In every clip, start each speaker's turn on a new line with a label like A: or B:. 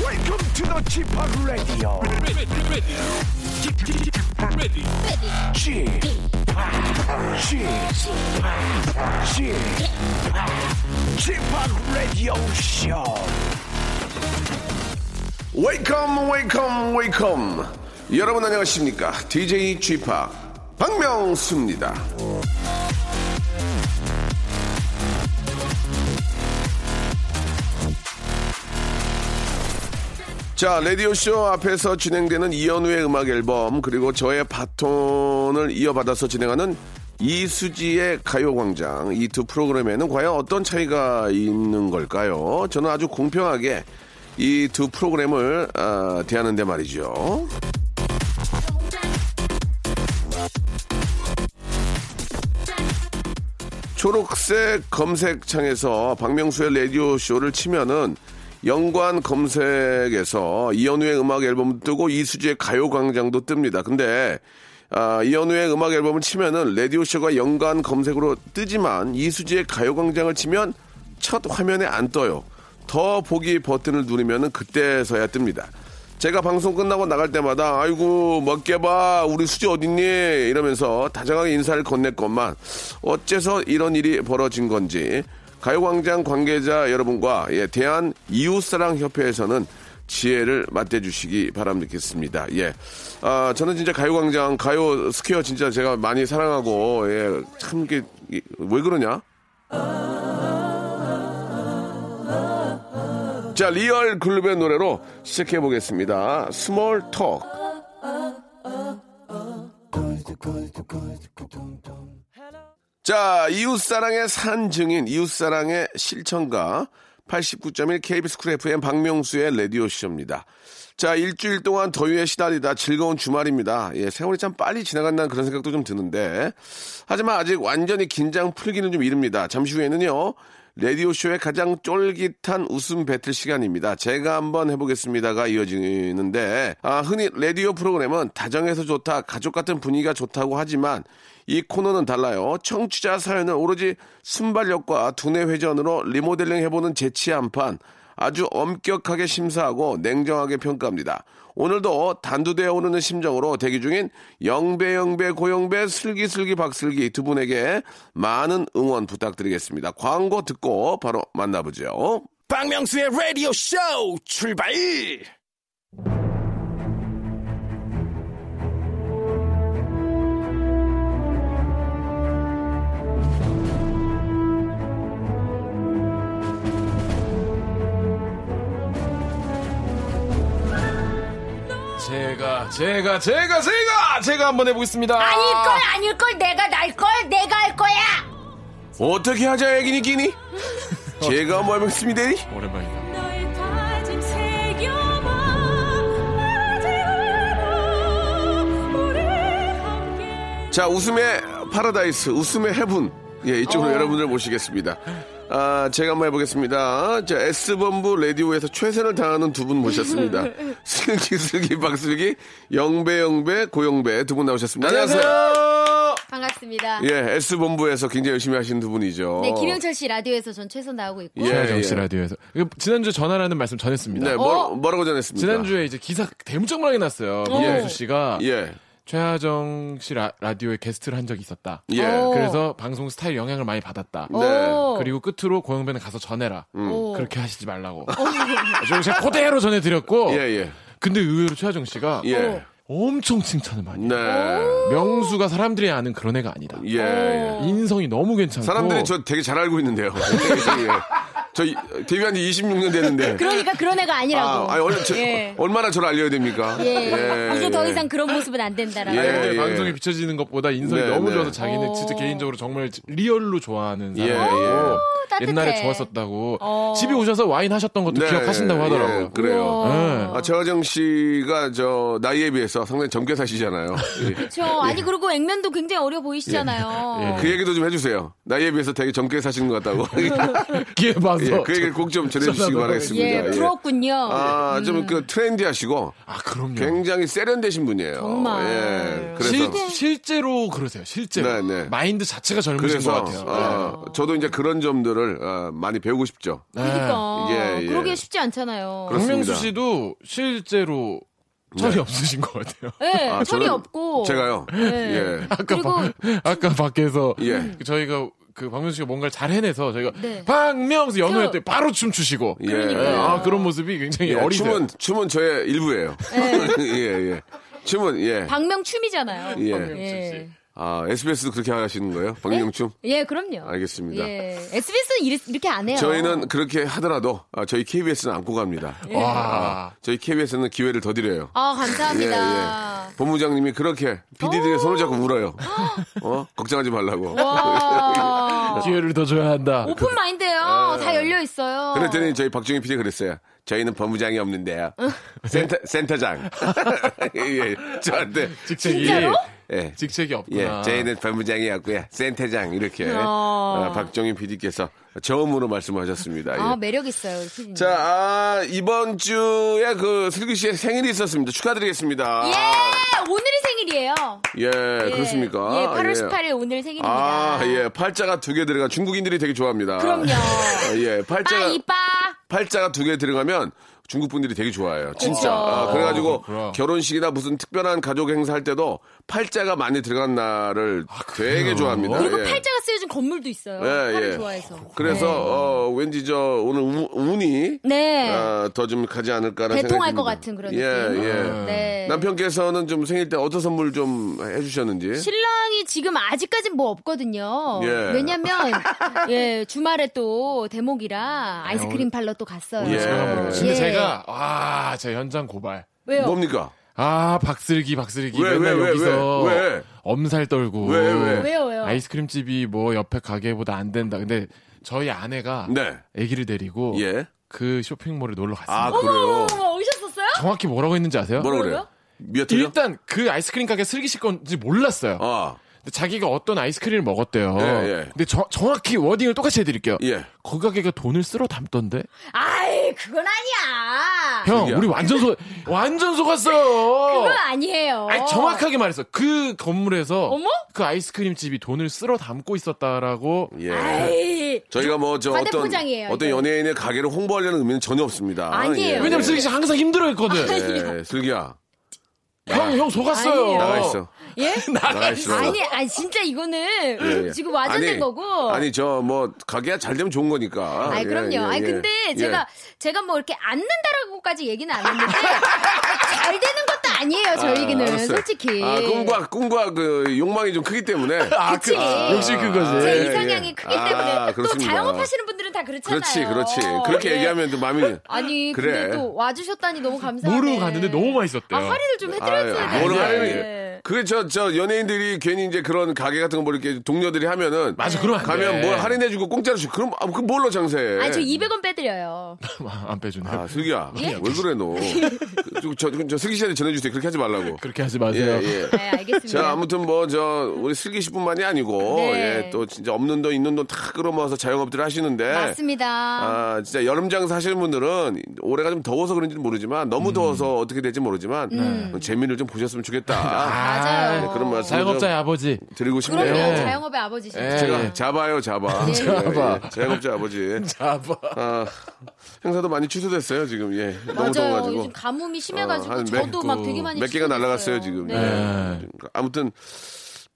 A: Welcome to the g p o p Radio.
B: ready, ready, ready, ready.
A: g p o p g p o p g p o p Radio Show.
C: 웨이컴 웨이컴 웨이컴 여러분 안녕하십니까 DJ g p 파 박명수입니다 자 라디오쇼 앞에서 진행되는 이현우의 음악 앨범 그리고 저의 바톤을 이어받아서 진행하는 이수지의 가요광장 이 두 프로그램에는 과연 어떤 차이가 있는 걸까요? 저는 아주 공평하게 이 두 프로그램을 아, 대하는데 말이죠. 초록색 검색창에서 박명수의 라디오 쇼를 치면은 연관 검색에서 이현우의 음악 앨범 뜨고 이수지의 가요 광장도 뜹니다. 근데 아, 이현우의 음악 앨범을 치면은 라디오 쇼가 연관 검색으로 뜨지만 이수지의 가요 광장을 치면 첫 화면에 안 떠요. 더 보기 버튼을 누르면은 그때서야 뜹니다. 제가 방송 끝나고 나갈 때마다 아이고 먹게 봐 우리 수지 어딨니 이러면서 다정하게 인사를 건넸건만 어째서 이런 일이 벌어진 건지 가요광장 관계자 여러분과 예, 대한 이웃사랑협회에서는 지혜를 맞대주시기 바랍니다. 예. 아, 저는 진짜 가요광장, 가요 스퀘어 진짜 제가 많이 사랑하고, 예, 참, 이게, 이게 왜 그러냐? 자, 리얼 글룹의 노래로 시작해 보겠습니다. 스몰 톡. 자, 이웃사랑의 산증인, 이웃사랑의 실천가, 89.1 KBS 쿨 FM 박명수의 라디오쇼입니다. 자, 일주일 동안 더위에 시달리다 즐거운 주말입니다. 예, 세월이 참 빨리 지나간다는 그런 생각도 좀 드는데, 하지만 아직 완전히 긴장 풀기는 좀 이릅니다. 잠시 후에는요, 라디오쇼의 가장 쫄깃한 웃음 배틀 시간입니다. 제가 한번 해보겠습니다가 이어지는데, 아, 흔히 라디오 프로그램은 다정해서 좋다, 가족 같은 분위기가 좋다고 하지만, 이 코너는 달라요. 청취자 사연을 오로지 순발력과 두뇌 회전으로 리모델링 해보는 재치 한판, 아주 엄격하게 심사하고 냉정하게 평가합니다. 오늘도 단두대에 오르는 심정으로 대기 중인 영배, 영배, 고영배, 슬기슬기, 박슬기 두 분에게 많은 응원 부탁드리겠습니다. 광고 듣고 바로 만나보죠.
A: 박명수의 라디오 쇼 출발.
D: 제가 제가 제가 제가 제가 한번 해보겠습니다.
E: 아닐걸 아닐걸 내가 날걸 내가 할 거야
C: 어떻게 하자, 애기니 끼니? 제가 뭐 해보겠습니다.
D: 오랜만이다.
C: 자, 웃음의 파라다이스, 웃음의 해분. 예, 이쪽으로 여러분들 모시겠습니다. 아, 제가 한번 해보겠습니다. 자, S본부 라디오에서 최선을 다하는 두 분 모셨습니다. 슬기슬기, 박슬기, 영배영배, 고영배 두 분 나오셨습니다. 안녕하세요.
E: 반갑습니다
C: 예, S본부에서 굉장히 열심히 하신 두 분이죠.
E: 네 김영철 씨 라디오에서 전 최선 나오고 있고
C: 예,
D: 정씨
C: 예.
D: 라디오에서 이거 지난주 전화라는 말씀 전했습니다.
C: 네,
E: 어?
C: 뭐, 뭐라고 전했습니까?
D: 지난주에 이제 기사 대문짝만하게 났어요. 박명수 씨가
C: 예,
D: 최하정 씨 라, 라디오에 게스트를 한 적이 있었다.
C: 예.
E: 어.
D: 그래서 방송 스타일 영향을 많이 받았다.
C: 네. 음.
E: 오.
D: 그리고 끝으로 고영배는 가서 전해라.
E: 오.
D: 그렇게 하시지 말라고. 저는 제가 그대로 전해드렸고.
C: 예, 예.
D: 근데 의외로 최하정 씨가
C: 예.
D: 엄청 칭찬을 많이. 해요. 어.
C: 네.
D: 명수가 사람들이 아는 그런 애가 아니다.
C: 예, 예.
D: 인성이 너무 괜찮고.
C: 사람들이 저 되게 잘 알고 있는데요. 예. 저 이- 데뷔한 지 26년 됐는데.
E: 그러니까 그런 애가 아니라고
C: 아, 아니, 얼, 저,
E: 예.
C: 얼마나 저를 알려야 됩니까?
E: 예. 이제 더
C: 예.
E: 이상 그런 모습은 안 된다라고
C: 예.
D: 네, 방송에 비춰지는 것보다 인성이
C: 네,
D: 너무
C: 네.
D: 좋아서 자기는
E: 오.
D: 진짜 개인적으로 정말 리얼로 좋아하는
C: 예,
D: 사람이고
C: 예.
E: 따뜻해.
D: 옛날에 좋았었다고
E: 어.
D: 집에 오셔서 와인 하셨던 것도
C: 네,
D: 기억하신다고
C: 예,
D: 하더라고요.
C: 그래요.
D: 예.
C: 아, 최화정 씨가 저 나이에 비해서 상당히 젊게 사시잖아요. 예.
E: 그렇죠 아니 그리고 액면도 굉장히 어려 보이시잖아요 음.
C: 그 얘기도 좀 해주세요. 나이에 비해서 되게 젊게 사시는 것 같다고.
D: 기회 봐서
C: 예, 그 얘기를 꼭 좀 전해주시기
D: 전화도
C: 바라겠습니다.
E: 예,
C: 예.
E: 부럽군요.
C: 아, 좀 그 트렌디하시고
D: 아, 그럼요.
C: 굉장히 세련되신 분이에요.
E: 정말.
C: 예, 그래서
D: 실, 실제로 그러세요. 실제로
C: 네, 네.
D: 마인드 자체가 젊으신
C: 그래서
D: 것 같아요. 네.
C: 아, 저도 이제 그런 점들을 아, 많이 배우고 싶죠.
E: 그러니까
C: 예, 예.
E: 그러기 쉽지 않잖아요.
C: 그렇-
D: 박명수
C: 그렇습니다.
D: 씨도 실제로 철이
C: 네.
D: 없으신 것 같아요.
E: 예,
C: 아,
E: 철이
C: 저는
E: 없고. 네.
C: 제가요. 예.
D: 아까
E: 그리고
D: 바, 아까 밖에서
C: 예.
D: 저희가 그 박명수 씨가 뭔가를 잘 해내서 저희가
E: 네.
D: 박명수 연호할
E: 저-
D: 때 바로 춤추시고
C: 예.
D: 예,
C: 그러니까요.
D: 아 그런 모습이 굉장히
C: 예,
D: 어리세요.
C: 춤은 춤은 저의 일부예요. 예, 예. 춤은 예.
E: 방명춤이잖아요.
C: 예.
E: 예.
C: 아, SBS도 그렇게 하시는 거예요? 방영춤?
E: 예, 그럼요.
C: 알겠습니다.
E: 예. SBS는 이렇게 안 해요.
C: 저희는 그렇게 하더라도 아, 저희 KBS는 안고 갑니다. 아,
D: 아, 와
C: 저희 KBS는 기회를 더 드려요.
E: 예. 아,
C: 예,
E: 감사합니다.
C: 예. 본부장님이 그렇게 PD들의 손을 잡고 울어요. 어? 걱정하지 말라고.
E: 와.
D: 아. 기회를 더 줘야 한다.
E: 오픈 마인드예요. 다 열려 있어요.
C: 네, 그랬더니 저희 박정희 PD 가 그랬어요. 저희는 본부장이 없는데요. 센터, 센터장. 예, 예. 저한테.
D: 직책이
E: 진짜로?
C: 예.
D: 직책이
C: 예,
D: 없구나.
C: 저희는 본부장이었고요. 센터장 이렇게
E: 어.
C: 아, 박정희 PD께서 저음으로 말씀하셨습니다. 예.
E: 아, 매력 있어요. 우리 피디님.
C: 자, 아, 이번 주에 그 슬기 씨의 생일이 있었습니다. 축하드리겠습니다.
E: 예! 오늘이 생일이에요.
C: 예, 그렇습니까?
E: 예, 8월
C: 예.
E: 18일 오늘 생일입니다.
C: 아, 예, 팔자가 두 개 들어가 중국인들이 되게 좋아합니다.
E: 그럼요.
C: 아, 예,
E: 빠,
C: 팔자가
E: 이빠.
C: 팔자가 두 개 들어가면 중국 분들이 되게 좋아해요. 진짜.
E: 그쵸.
C: 아, 그래가지고
D: 그렇구나.
C: 결혼식이나 무슨 특별한 가족 행사 할 때도 팔자가 많이 들어간 날을
D: 아,
C: 되게 좋아합니다.
E: 그리고
C: 예.
E: 팔자가 쓰여진 건물도 있어요.
C: 예,
E: 팔을
C: 예.
E: 좋아해서.
C: 그래서 어, 왠지 저 오늘 우- 운이
E: 네.
C: 더 좀 가지 않을까라는
E: 대통할
C: 아, 생각이
E: 것
C: 듭니다.
E: 같은 그런 느낌.
C: 예, 예.
E: 네.
C: 남편께서는 좀 생일 때 어떤 선물 좀 해주셨는지.
E: 신랑이 지금 아직까진 뭐 없거든요.
C: 예.
E: 왜냐면 예 주말에 또 대목이라 아이스크림 팔러 또 갔어요.
C: 오늘 제가
D: 제가 모르겠어요.
E: 예.
D: 뭐 근데 제가 와, 제 현장 고발.
E: 왜요?
C: 뭡니까?
D: 아, 박슬기, 박슬기.
C: 왜,
D: 맨날
C: 왜, 왜,
D: 여기서
C: 왜, 왜?
D: 엄살 떨고.
C: 왜, 왜?
E: 왜요, 왜요?
D: 아이스크림집이 뭐 옆에 가게보다 안 된다. 근데 저희 아내가
C: 네.
D: 아기를 데리고
C: 예.
D: 그 쇼핑몰에 놀러 갔습니다.
C: 아 그래요.
E: 어머, 오셨었어요?
D: 정확히 뭐라고 했는지 아세요?
C: 뭐라 그래요?
E: 뭐라고요?
C: 몇 회죠?
D: 일단 그 아이스크림 가게 슬기 씨 건지 몰랐어요.
C: 아
D: 근데 자기가 어떤 아이스크림을 먹었대요.
C: 예, 예.
D: 근데 저- 정확히 워딩을 똑같이 해드릴게요.
C: 예.
D: 그 가게가 돈을 쓸어 담던데.
E: 아이 그건 아니야.
D: 형,
C: 저기요.
D: 우리 완전 소 완전 속았어요.
E: 그건 아니에요.
D: 아니, 정확하게 말했어. 그 건물에서
E: 어머?
D: 그 아이스크림 집이 돈을 쓸어 담고 있었다라고.
C: 예.
E: 아이
C: 저희가 뭐 저
E: 과대
C: 어떤
E: 포장이에요,
C: 어떤
E: 이건.
C: 연예인의 가게를 홍보하려는 의미는 전혀 없습니다.
E: 아니에요.
C: 예.
D: 왜냐면 슬기 씨 항상 힘들어했거든.
C: 예, 슬기야
D: 형, 형 속았어요.
E: 아, 아니에요.
C: 나가 있어.
E: 예?
C: 나가 있어.
E: 아니 아니 진짜 이거는
C: 예, 예.
E: 지금 와전된
C: 아니,
E: 거고.
C: 아니 저 뭐 가게가 잘 되면 좋은 거니까.
E: 아이
C: 예,
E: 그럼요.
C: 예,
E: 아니
C: 예.
E: 근데
C: 예.
E: 제가 제가 뭐 이렇게 앉는다라고까지 얘기는 안 했는데 잘 되는 것도 아니에요. 저희기는
C: 알았어요.
E: 솔직히.
C: 아, 꿈과 꿈과 그 욕망이 좀 크기 때문에
D: 아,
E: 그치.
D: 아, 역시 그거지.
E: 제
C: 예,
E: 이상향이
C: 예.
E: 크기
C: 아,
E: 때문에 또
C: 그렇습니다.
E: 자영업 하시는 분들은 다 그렇잖아요.
C: 그렇지 그렇지 그렇게
E: 예.
C: 얘기하면 또 마음이
E: 아니
C: 그래.
E: 근데 또 와주셨다니 너무 감사해요.
D: 모르고 갔는데 너무 맛있었대요.
E: 아 화리를 좀 해드렸어야
C: 아유,
E: 되는데.
C: 뭐라 하는
E: 예.
C: 게. 그게 저, 저 연예인들이 괜히 이제 그런 가게 같은 거 뭐 이렇게 동료들이 하면은.
D: 맞아, 그러면 안
C: 가면
D: 돼.
C: 뭘 할인해주고 공짜로 주고. 그럼, 아, 그 뭘로 장사해.
E: 아니 저 200원 빼드려요.
D: 안 빼주네.
C: 아, 슬기야.
E: 예?
C: 왜 그래, 너. 저, 저, 저 슬기 씨한테 전해주세요. 그렇게 하지 말라고.
D: 그렇게 하지
C: 예,
D: 마세요.
C: 예.
E: 네 알겠습니다.
C: 자, 아무튼 뭐, 저, 우리 슬기 씨뿐만이 아니고.
E: 네.
C: 예, 또 진짜 없는 돈, 있는 돈 다 끌어모아서 자영업들 하시는데.
E: 맞습니다.
C: 네. 아, 진짜 여름 장사 하시는 분들은 올해가 좀 더워서 그런지는 모르지만 너무 더워서 어떻게 될지 모르지만 재미를 좀 보셨으면 좋겠다.
E: 음. 맞아요.
C: 네, 그런 말씀
D: 자영업자의 아버지.
C: 드리고
E: 그럼요
C: 싶네요.
D: 예.
E: 자영업의 아버지시죠.
D: 예.
C: 제가 잡아요, 잡아.
E: 네.
D: 잡아.
C: 예, 예. 자영업자 아버지.
D: 아버.
C: 아, 행사도 많이 취소됐어요, 지금. 예. 너무
E: 맞아요.
C: 더워가지고.
E: 요즘 가뭄이 심해가지고
C: 어, 한
E: 저도
D: 몇-
E: 막 되게 많이
C: 몇 개가
E: 시도됐어요.
C: 날아갔어요, 지금.
E: 네.
C: 예. 아무튼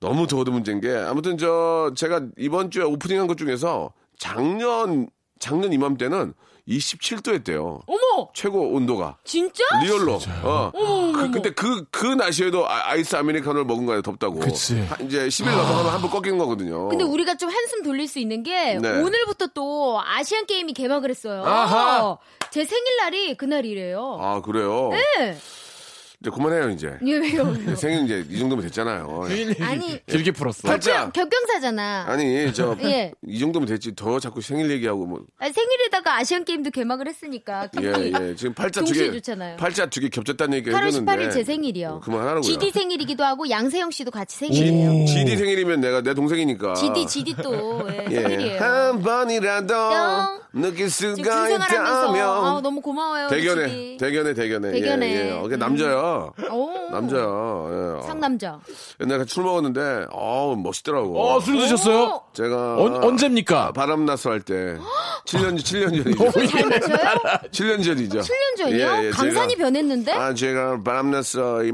C: 너무 더워도 문제인 게 아무튼 저 제가 이번 주에 오프닝 한 것 중에서 작년 작년 이맘때는 27도 했대요.
E: 어머,
C: 최고 온도가.
E: 진짜?
C: 리얼로. 어. 그, 근데 그, 그 날씨에도 아- 아이스 아메리카노를 먹은 거예요, 덥다고.
D: 그치.
C: 한- 이제 10일 넘어가면 한 번 꺾인 거거든요.
E: 근데 우리가 좀 한숨 돌릴 수 있는 게
C: 네.
E: 오늘부터 또 아시안 게임이 개막을 했어요.
D: 아하.
E: 제 생일날이 그날이래요.
C: 아, 그래요?
E: 네.
C: 아, 이제 그만해요 이제.
E: 예, 왜요?
C: 이제 생일 이제 이 정도면 됐잖아요. 예.
E: 아니,
D: 길게 풀었어.
C: 팔자.
E: 격경사잖아.
C: 아니 저 이
E: 예.
C: 정도면 됐지. 더 자꾸 생일 얘기하고 뭐.
E: 아니, 생일에다가 아시안 게임도 개막을 했으니까.
C: 예, 예. 지금 팔자 두
E: 동시에
C: 개.
E: 좋잖아요.
C: 팔자 두 개 겹쳤다는 얘기
E: 8월
C: 해줬는데. 어,
E: 18일 제 생일이요.
C: 그만하라고요. 음.
E: GD 생일이기도 하고 양세형 씨도 같이 생일이에요.
C: GD 생일이면 내가 내 동생이니까.
E: GD, GD 또 예,
C: 예.
E: 생일이에요.
C: 한 번이라도
E: 뿅.
C: 느낄
E: 지금
C: 수가
E: 중생활 하면서 아우,
C: 있다면.
E: 너무 고마워요. 우리
C: 대견해,
E: GD.
C: 대견해, 대견해.
E: 어, 대견해.
C: 예, 예. 어, 그게
E: 음.
C: 남자야.
E: 오.
C: 남자야. 예.
E: 어, 상남자.
C: 옛날에 술 먹었는데, 어우, 멋있더라고.
D: 어, 술 드셨어요?
E: 오,
C: 제가.
D: 언,
C: 아,
D: 언제입니까?
C: 바람나서 할 때. 7년, 7년 전이죠.
E: 잘 마셔요?
C: 7년 전이죠.
E: 7년 전이요?
C: 예, 예,
E: 강산이
C: 제가-
E: 변했는데?
C: 아, 제가 바람났어. 이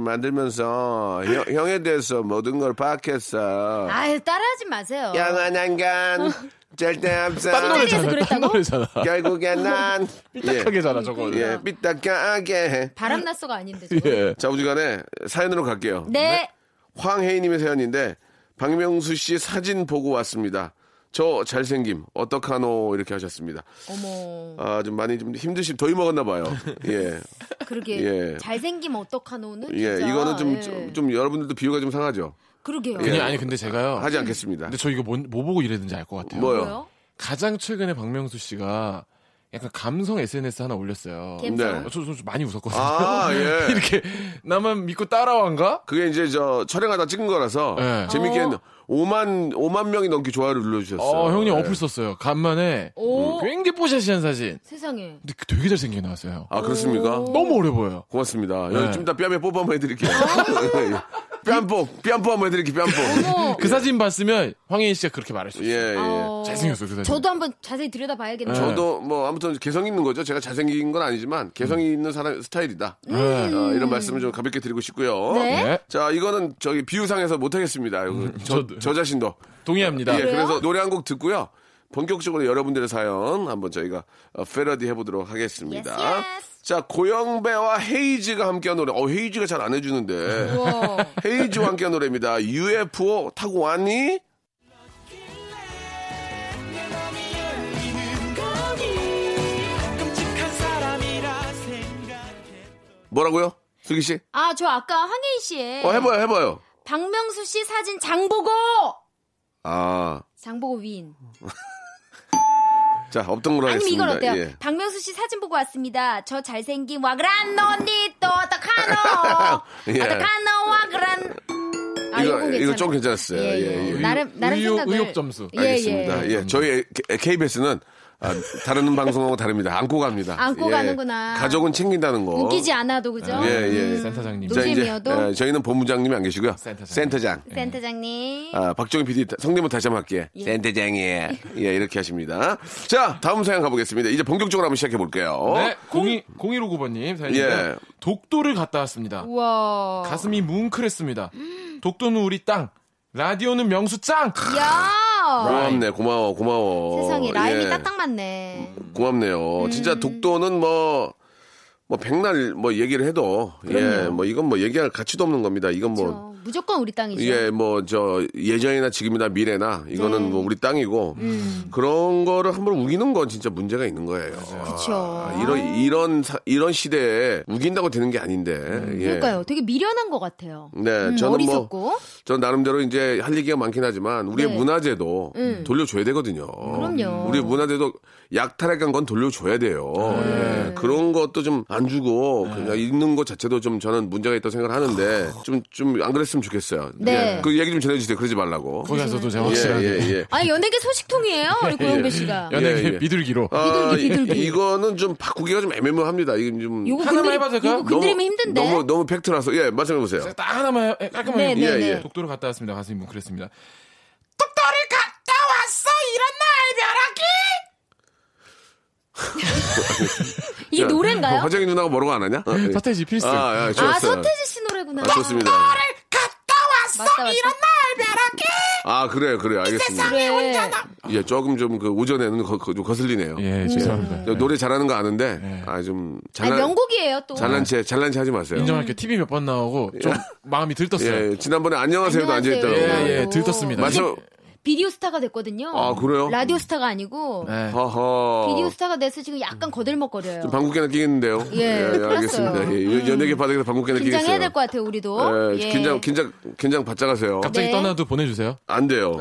C: 만들면서 형, 에 대해서 모든 걸 파악했어.
E: 아유, 따라하지 마세요.
C: 영원한 간 절대 없어.
D: 딴
E: 딴
D: 노래잖아.
E: 데에서
D: 딴
E: 그랬다고?
D: 노래잖아.
C: 결국엔 난 예,
D: 삐딱하게 자라 저거.
C: 예, 삐딱하게 해.
E: 바람났어가 아닌데. 저거.
D: 예.
C: 자, 우지간에 사연으로 갈게요.
E: 네.
C: 황혜인님의 사연인데 박명수 씨 사진 보고 왔습니다. 저 잘생김 어떡하노 이렇게 하셨습니다.
E: 어머.
C: 아, 좀 많이 좀 힘드시 더위 먹었나 봐요. 예.
E: 그러게.
C: 예.
E: 잘생기면 어떡하노는?
C: 예,
E: 진짜.
C: 이거는 좀,
E: 예.
C: 좀, 좀 여러분들도 비유가 좀 상하죠.
E: 그러게요.
C: 예.
D: 그냥 아니 근데 제가요.
C: 하지 않겠습니다.
D: 근데 저 이거 뭔- 뭐, 보고 이랬는지 알 것 같아요.
C: 뭐요?
E: 뭐요?
D: 가장 최근에 박명수 씨가 약간 감성 SNS 하나 올렸어요.
E: 갬성?
C: 네.
D: 어, 저, 저, 저 많이 웃었거든요.
C: 아, 예.
D: 이렇게 나만 믿고 따라와인가?
C: 그게 이제 저 촬영하다 찍은 거라서
D: 예.
C: 재밌게
E: 어.
C: 5만 5만 명이 넘게 좋아요를 눌러주셨어요.
D: 어, 형님
C: 예.
D: 어플 썼어요. 간만에
E: 오.
D: 굉장히 뽀샤시한 사진.
E: 세상에.
D: 근데 그 되게 잘생기게 나왔어요.
C: 아 그렇습니까?
E: 오.
D: 너무 오래 보여요.
C: 고맙습니다.
D: 네.
C: 여기 좀 이따 뺨에 뽀뽀 한번 해드릴게요. 예, 뺨뽀, 뺨뽀 한번 해드릴게요. 뺨뽀.
E: 어머.
D: 그 사진 봤으면 황혜인 씨가 그렇게 말할 수
C: 예,
D: 있어요.
C: 예.
E: 어.
D: 잘생겼어, 그 사진.
E: 저도 한번 자세히 들여다봐야겠네요.
C: 저도 뭐 아무튼 개성 있는 거죠. 제가 잘생긴 건 아니지만 개성 있는 사람 스타일이다. 어, 이런 말씀을 좀 가볍게 드리고 싶고요.
E: 네.
D: 예.
C: 자, 이거는 저기 비유상에서 못하겠습니다. 이거 저,
D: 저도.
C: 저 자신도.
D: 동의합니다.
C: 예, 그래서 노래 한 곡 듣고요. 본격적으로 여러분들의 사연 한번 저희가 어, 패러디 해보도록 하겠습니다.
E: Yes, yes.
C: 자, 고영배와 헤이즈가 함께한 노래. 어, 헤이즈가 잘 안 해주는데.
E: 우와.
C: 헤이즈와 함께한 노래입니다. UFO 타고 왔니? 뭐라고요? 슬기 씨?
E: 아, 저 아까 황혜인 씨의
C: 어, 해봐요, 해봐요.
E: 박명수 씨 사진 장보고!
C: 아.
E: 장보고 위인.
C: 자, 없던 걸로
E: 아니면
C: 하겠습니다.
E: 이건 어때요?
C: 예.
E: 박명수 씨 사진 보고 왔습니다. 저 잘생긴 와그란 언니 또 어떡하노?
C: 예.
E: 어떡하노 와그란. 아,
C: 이거,
E: 이건
C: 이거
E: 괜찮아요.
C: 좀 괜찮았어요. 예, 예.
E: 나름 나름
D: 의욕-
E: 생각을.
D: 의욕 점수.
E: 예,
C: 알겠습니다.
E: 예.
C: 예, 저희 KBS는 아, 다른 방송하고 다릅니다. 안고 갑니다.
E: 안고
C: 예,
E: 가는구나.
C: 가족은 챙긴다는 거.
E: 웃기지 않아도 그죠?
C: 예, 예.
D: 음. 센터장님.
C: 자, 이제,
E: 노잼이어도?
C: 예, 저희는 본부장님이 안 계시고요.
D: 센터장.
C: 센터장.
E: 센터장님.
C: 아, 박정희 PD 성대모 다시 한번 할게요. 센터장이에요. 예, 이렇게 하십니다. 자, 다음 사연 가보겠습니다. 이제 본격적으로 한번 시작해 볼게요.
D: 네, 02, 0159번님 사연입니다.
C: 어? 예.
D: 독도를 갔다 왔습니다.
E: 우와.
D: 가슴이 뭉클했습니다. 독도는 우리 땅, 라디오는 명수 짱.
E: 야.
C: 고맙네, 고마워, 고마워.
E: 어. 세상에 라인이
C: 예,
E: 딱딱 맞네.
C: 고맙네요.
E: 음.
C: 진짜 독도는 뭐, 뭐, 백날 뭐 얘기를 해도, 예, 뭐, 이건 뭐 얘기할 가치도 없는 겁니다. 이건 뭐,
E: 저 무조건 우리 땅이죠.
C: 예, 뭐, 저, 예전이나 지금이나 미래나, 이거는
E: 그렇죠. 네. 음.
C: 뭐, 우리 땅이고, 그런 거를 한번 우기는 건 진짜 문제가 있는 거예요.
E: 그쵸.
C: 아, 이런, 이런, 사- 이런 시대에 우긴다고 되는 게 아닌데, 예.
E: 음, 그러니까요. 되게 미련한 것 같아요.
C: 네,
E: 음,
C: 저는 뭐,
E: 어리석고.
C: 전 나름대로 이제 할 얘기가 많긴 하지만, 우리의
E: 네.
C: 문화재도 돌려줘야 되거든요.
E: 그럼요.
C: 우리의 문화재도 약탈해간 건 돌려줘야 돼요.
E: 아.
C: 예, 그런 것도 좀 안 주고,
D: 네.
C: 그냥 있는 것 자체도 좀 저는 문제가 있다고 생각을 하는데,
D: 아.
C: 좀, 좀 안 그랬으면 좋겠어요.
E: 네.
C: 예, 그 얘기 좀 전해주세요. 그러지 말라고.
D: 거기 가서도 제가
C: 예,
D: 확실하게
C: 예, 예.
E: 아 연예계 소식통이에요, 우리 고영배 씨가.
D: 연예계
C: 예, 예.
D: 비둘기로.
C: 아,
E: 비둘기,
C: 이- 이거는 좀 바꾸기가 좀 애매모호합니다. 이건 좀.
E: 요거
D: 하나만
E: 건드리,
D: 해봐도 될까요?
E: 이거 건드리면 힘든데.
C: 너무, 너무 팩트라서. 예, 말씀해보세요.
D: 딱 하나만 해- 깔끔하게.
E: 네, 네,
D: 해볼게요.
C: 네.
D: 독도를 갔다 왔습니다. 가슴이 뭉클했습니다. 독도를 갔다 왔어 이런 날벼락이.
E: 이게
C: 자,
E: 노래인가요?
C: 어, 화장이 누나가 뭐라고 안 하냐? 어, 예.
D: 네, 서태지 필수.
C: 아, 예,
E: 아
C: 좋았어요.
E: 서태지 씨 노래구나.
C: 아, 좋습니다.
D: 갔다 왔어
E: 맞다, 맞다.
D: 날벼락이.
C: 아, 그래요, 그래요. 알겠습니다.
E: 그래.
C: 예, 조금 좀 그 오전에는 거, 거, 좀 음. 거슬리네요.
D: 예 죄송합니다.
C: 저 노래 잘하는 거 아는데,
D: 예.
C: 아, 좀.
E: 아니,
C: 잘난,
E: 명곡이에요 또.
C: 잘난 체, 잘난 체 하지 마세요.
D: 인정할게요. TV 몇 번 나오고 좀 마음이 들떴어요.
C: 예, 지난번에 안녕하세요도
E: 안녕하세요.
C: 앉아있다고.
D: 예,
E: 예.
D: 예, 들떴습니다.
C: 맞죠?
E: 비디오 스타가 됐거든요.
C: 아, 그래요?
E: 라디오 스타가 아니고
C: 어.
D: 네.
C: 허허.
E: 비디오 스타가 돼서 지금 약간 거들먹거려요.
C: 좀 방귀 깨나 끼겠는데요.
E: 예, 큰일
C: 알겠습니다.
E: 났어요. 음.
C: 예, 연- 연예계 바닥에서 방귀 깨나 끼겠어요.
E: 긴장해야 될 것 같아요, 우리도.
C: 예, 긴장, 긴장, 긴장 바짝 하세요.
D: 갑자기
E: 네.
D: 떠나도 보내주세요.
C: 안 돼요.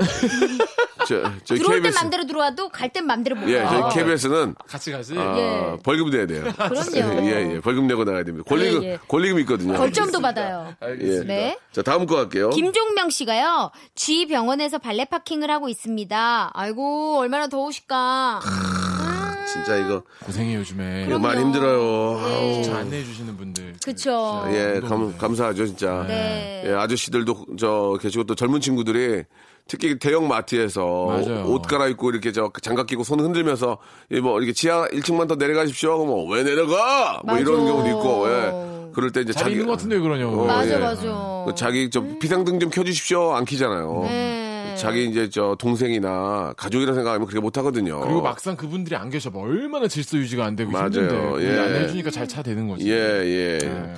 C: 저, 저희
E: 들어올 땐
C: KBS.
E: 맘대로 들어와도 갈 땐 맘대로 못
C: 예,
E: 가요. 어.
C: 저희 KBS는
D: 같이 가지.
C: 아,
E: 예.
C: 벌금 내야 돼요.
E: 그럼요.
C: 예, 예, 벌금 내고 나가야 됩니다. 권리금,
E: 예, 예.
C: 권리금 있거든요.
E: 벌점도 받아요.
C: 예.
D: 알겠습니다.
E: 네.
C: 자, 다음 거 갈게요.
E: 김종명 씨가요, 쥐 병원에서 발레 파킹을 하고 있습니다. 아이고, 얼마나 더우실까.
C: 아, 진짜 이거
D: 고생해 요즘에.
C: 이거 많이 힘들어요. 아우.
D: 저 안내해 주시는 분들.
E: 그렇죠. 그쵸.
C: 예, 감, 감사하죠, 진짜.
E: 네.
C: 예, 아저씨들도 저 계시고 또 젊은 친구들이 특히 대형 마트에서
D: 맞아요.
C: 옷 갈아입고 이렇게 저 장갑 끼고 손 흔들면서 이뭐 이렇게 지하 1층만 더 내려가십시오. 뭐 왜 내려가? 뭐 이런
E: 맞아.
C: 경우도 있고. 예. 그럴 때 이제
D: 잘
C: 자기
D: 있는 것 같은데 왜 그러냐고.
C: 어,
E: 맞아,
C: 예.
E: 맞아.
C: 그 자기 저 비상등 좀 켜주십시오. 안 켜잖아요.
E: 음. 네.
C: 그 자기 이제 저 동생이나 가족이라 생각하면 그렇게 못 하거든요.
D: 그리고 막상 그분들이 안 계셔. 뭐 얼마나 질서 유지가 안 되고
C: 어. 맞아요.
D: 힘든데.
C: 예.
D: 근데 안 해주니까 잘 차 되는
C: 예,
D: 거지.
C: 예.
D: 예.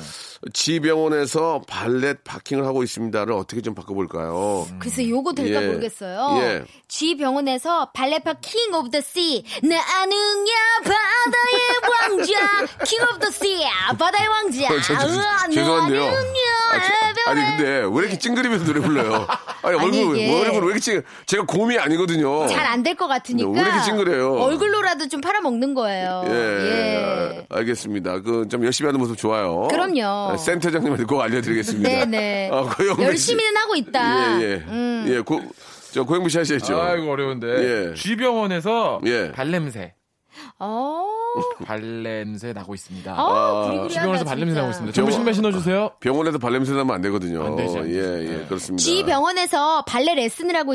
C: 지병원에서 발렛 파킹을 하고 있습니다를 어떻게 좀 바꿔볼까요?
E: 글쎄 요거 될까
C: 예.
E: 모르겠어요.
C: 예.
E: 쥐 병원에서 발레파 킹 오브 더 씨. 나는야 바다의 왕자. 킹 오브 더 씨. 바다의 왕자.
C: 어, 저, 저,
E: 으아,
C: 죄송한데요. 아,
E: 나는야
C: 저- 아니 근데 왜 이렇게 찡그리면서 노래 불러요? 아니
E: 네, 아니,
C: 얼굴
E: 이게-
C: 얼굴 왜 이렇게 찡? 제가 곰이 아니거든요.
E: 잘 안 될 것 같으니까.
C: 어. 왜 이렇게 찡그려요?
E: 얼굴로라도 좀 팔아먹는 거예요.
C: 예,
E: 예.
C: 아, 알겠습니다. 그 좀 열심히 하는 모습 좋아요.
E: 그럼요.
C: 아, 센터장님한테 꼭 알려드리겠습니다.
E: 네네. 아,
C: 아, 고영배 씨.
E: 열심히는 하고 있다. 음.
C: 예, 예. 예, 고, 저 고영미 씨 하시죠.
D: 아이고 어려운데.
C: 예.
D: 쥐병원에서
C: 예.
D: 발냄새,
E: 어.
D: 발냄새 나고 있습니다.
C: 아.
E: 어, 구리구리하다,
D: 쥐병원에서 발냄새
E: 진짜.
D: 나고 있습니다. 정부 신발 신어주세요.
C: 병원에서 발냄새 나면 안 되거든요.
D: 안 되지, 안 네. 되지.
C: 예, 예, 그렇습니다.
E: 쥐 병원에서 발레 레슨을 하고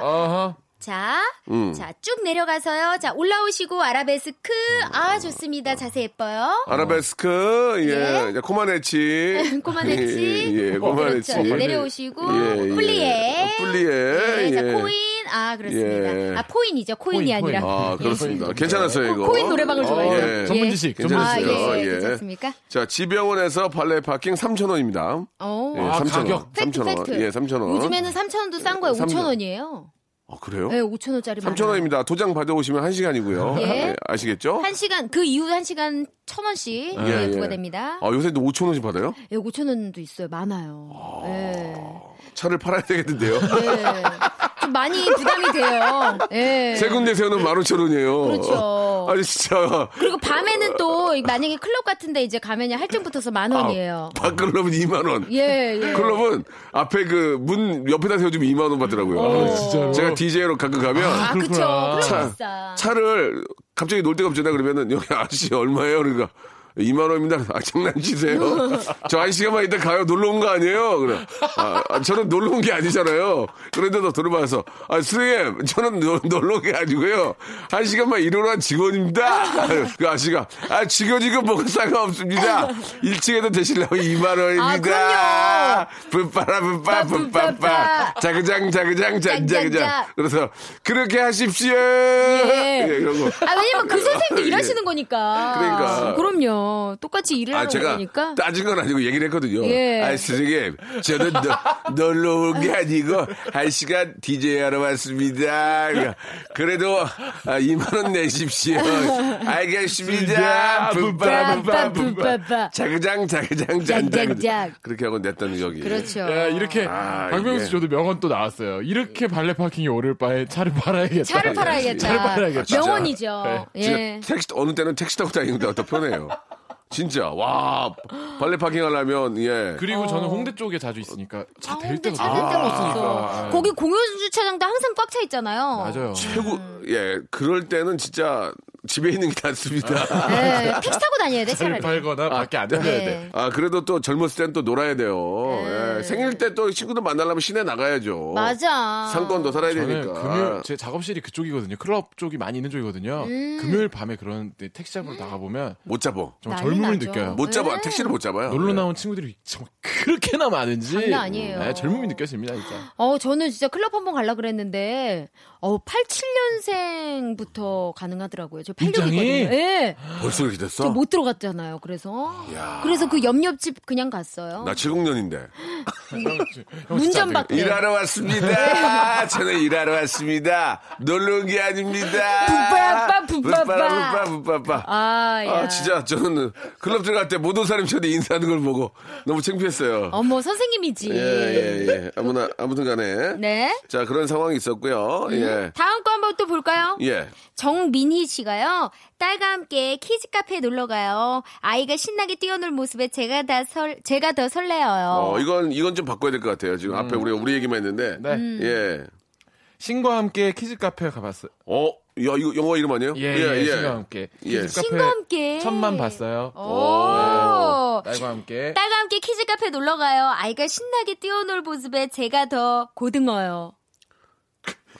C: 아.
D: 어허.
E: 자,
C: 음.
E: 자, 쭉 내려가서요. 자, 올라오시고 아라베스크. 아, 좋습니다. 자세 예뻐요.
C: 아, 아라베스크, 예, 이제 코마네치.
E: 코마네치.
C: 예, 예, 코마네치.
E: 그렇죠. 내려오시고
C: 예, 예.
E: 플리에.
C: 뿔리에,
E: 예, 자,
C: 예.
E: 코인. 아, 그렇습니다.
C: 예.
E: 아, 코인이죠. 코인이
D: 코인,
E: 아니라.
D: 코인.
C: 아, 그렇습니다.
D: 예.
C: 괜찮았어요, 이거.
E: 코인 노래방을
C: 어,
E: 좋아해요.
C: 예.
D: 전문지 씨,
E: 예.
D: 전문지
E: 아,
D: 씨.
E: 예, 예,
C: 예.
E: 괜찮습니까?
C: 자, 지병원에서 발레 파킹 3,000원입니다.
E: 어.
C: 예,
D: 아,
C: 3,000원.
D: 가격.
E: 팩트,
C: 3,000원.
E: 팩트.
C: 예, 3,000원.
E: 요즘에는 3,000원도 싼 거예요. 5,000원이에요.
C: 아, 그래요?
E: 네, 5,000원짜리.
C: 3,000원입니다. 도장 받아오시면 1시간이고요.
E: 예.
C: 아시겠죠?
E: 한 시간, 그 이후 한 시간 1,000원씩
C: 예, 예.
E: 부과됩니다.
C: 아, 요새도 5,000원씩 받아요?
E: 예, 5,000원도 있어요. 많아요. 예.
C: 차를 팔아야 되겠는데요.
E: 예. 좀 많이 부담이 돼요. 예.
C: 세 군데 세우는 15,000원이에요.
E: 그렇죠.
C: 아니, 진짜.
E: 그리고 밤에는 또 만약에 클럽 같은데 이제 가면 할증 붙어서 만 원이에요.
C: 밥클럽은 2만원.
E: 예, 예.
C: 클럽은 앞에 그 문 옆에다 세워주면 2만원 받더라고요.
D: 진짜로?
C: 제가 DJ로 가끔 가면
E: 어. 아, 그쵸.
D: 그렇구나.
E: 클럽
C: 차,
E: 비싸.
C: 차를 갑자기 놀 데가 없잖아요. 그러면은 여기 아저씨 얼마예요? 그러니까 2만 원입니다. 아, 장난치세요? 저 아저씨가만 이따 가요. 놀러 온 거 아니에요? 그래. 아, 아, 저는 놀러 온 게 아니잖아요. 그런데도 들어봐서 아, 선생님, 저는 노- 놀러 온 게 아니고요. 한 시간만 일어난 직원입니다. 아유, 그 아저씨가 아, 직원이고 뭐가 상관없습니다. 1층에도 되시려고 2만 원입니다.
E: 아,
C: 붓바라 붓바 붓바빠 자그장 자그장 잔자그장
E: 짠짠짠.
C: 그래서 그렇게 하십시오.
E: 예.
C: 예, 이런 거.
E: 아, 왜냐면 그
C: 예.
E: 선생님도 일하시는 거니까.
C: 그러니까.
E: 럼요 똑같이 일을
C: 아,
E: 하는
C: 제가
E: 거니까.
C: 따진 건 아니고 얘기를 했거든요.
E: 예.
C: 아, 선생님, 저는 너, 놀러 온 게 아니고, 한 시간 DJ 하러 왔습니다. 그래도, 아, 2만원 내십시오. 알겠습니다. 뿜빠, 뿜빠, 뿜빠. 자그장, 자그장, 짠짠.
E: 짠짠짠.
C: 그렇게 하고 냈다는 기억이.
E: 그렇죠.
D: 야, 예, 이렇게
C: 아,
D: 박명수 씨
C: 이게.
D: 저도 명언 또 나왔어요. 이렇게 발레 파킹이 오를 바에 차를 팔아야겠다.
E: 차를 팔아야겠다.
D: 차를 팔아야겠다.
E: 명언이죠.
C: 진짜
E: 예.
C: 택시 어느 때는 택시 타고 다니는 데가 더 편해요. 진짜 와 발레 파킹 하려면 예.
D: 그리고 저는 홍대 쪽에 자주 있으니까
E: 어. 아,
D: 차 댈
E: 근데
D: 때가
E: 차는
D: 너무
E: 데가
D: 없으니까.
E: 없어서.
D: 아,
E: 거기 공연 주차장도 항상 꽉 차 있잖아요.
D: 맞아요.
C: 최고
E: 음.
C: 예 그럴 때는 진짜 집에 있는 게 낫습니다.
E: 예. 택시 타고 다녀야 돼,
D: 차를
E: 차라리.
D: 팔거나 밖에 안 나가야
E: 네.
D: 돼.
C: 아 그래도 또 젊었을 땐 또 놀아야 돼요. 예, 생일 때 또 친구들 만나려면 시내 나가야죠.
E: 맞아.
C: 상권도 살아야
D: 저는
C: 되니까.
D: 금요일 제 작업실이 그쪽이거든요. 클럽 쪽이 많이 있는 쪽이거든요. 금요일 밤에 그런 데 택시 잡으러 나가 보면
C: 못 잡어.
D: 정말
E: 음. 난리
D: 젊음을
E: 나죠.
D: 느껴요.
C: 못 잡아.
E: 네.
C: 택시를 못뭐 잡아요.
D: 놀러
C: 예.
D: 나온 친구들이 정말 그렇게나 많은지
E: 장난 아니에요.
D: 네, 젊음이 느껴집니다 진짜.
E: 어, 저는 진짜 클럽 한 번 가려 그랬는데, 어, 87년생부터 가능하더라고요. 저 86이거든요.
D: 입장이?
E: 예.
C: 벌써 이렇게 됐어?
E: 저 못 들어갔잖아요. 그래서 그래서 그 옆옆집 그냥 갔어요.
C: 나 70년인데.
E: 문전 밖에.
C: 일하러
E: 네.
C: 왔습니다. 저는 일하러 왔습니다. 놀러 온 게 아닙니다.
E: 붓바빠, 붓바빠.
C: 붓바라, 붓바, 붓바빠.
E: 아, 야.
C: 아, 진짜 저는 클럽 들어갈 때 모든 사람이 저한테 인사하는 걸 보고 너무 창피했어요.
E: 어머 선생님이지.
C: 예, 예, 예. 아무나, 아무튼 간에.
E: 네.
C: 자, 그런 상황이 있었고요. 예.
E: 다음 거 한번 또 볼까요?
C: 예.
E: 정민희 씨가요. 딸과 함께 키즈 카페에 놀러 가요. 아이가 신나게 뛰어놀 모습에 제가 다 설, 제가 더 설레어요.
C: 어, 이건, 이건 좀 바꿔야 될 것 같아요. 지금 앞에 우리가 우리 얘기만 했는데.
D: 음. 네.
E: 음.
C: 예.
D: 신과 함께 키즈 카페 가봤어요.
C: 어, 야, 이거 영어 이름 아니에요?
D: 예, 예, 신과 함께
C: 예.
D: 키즈 카페
E: 신과 함께.
D: 천만 봤어요. 네.
E: 오.
D: 오, 딸과 함께
E: 딸과 함께 키즈 카페 놀러 가요. 아이가 신나게 뛰어놀 모습에 제가 더 고등어요.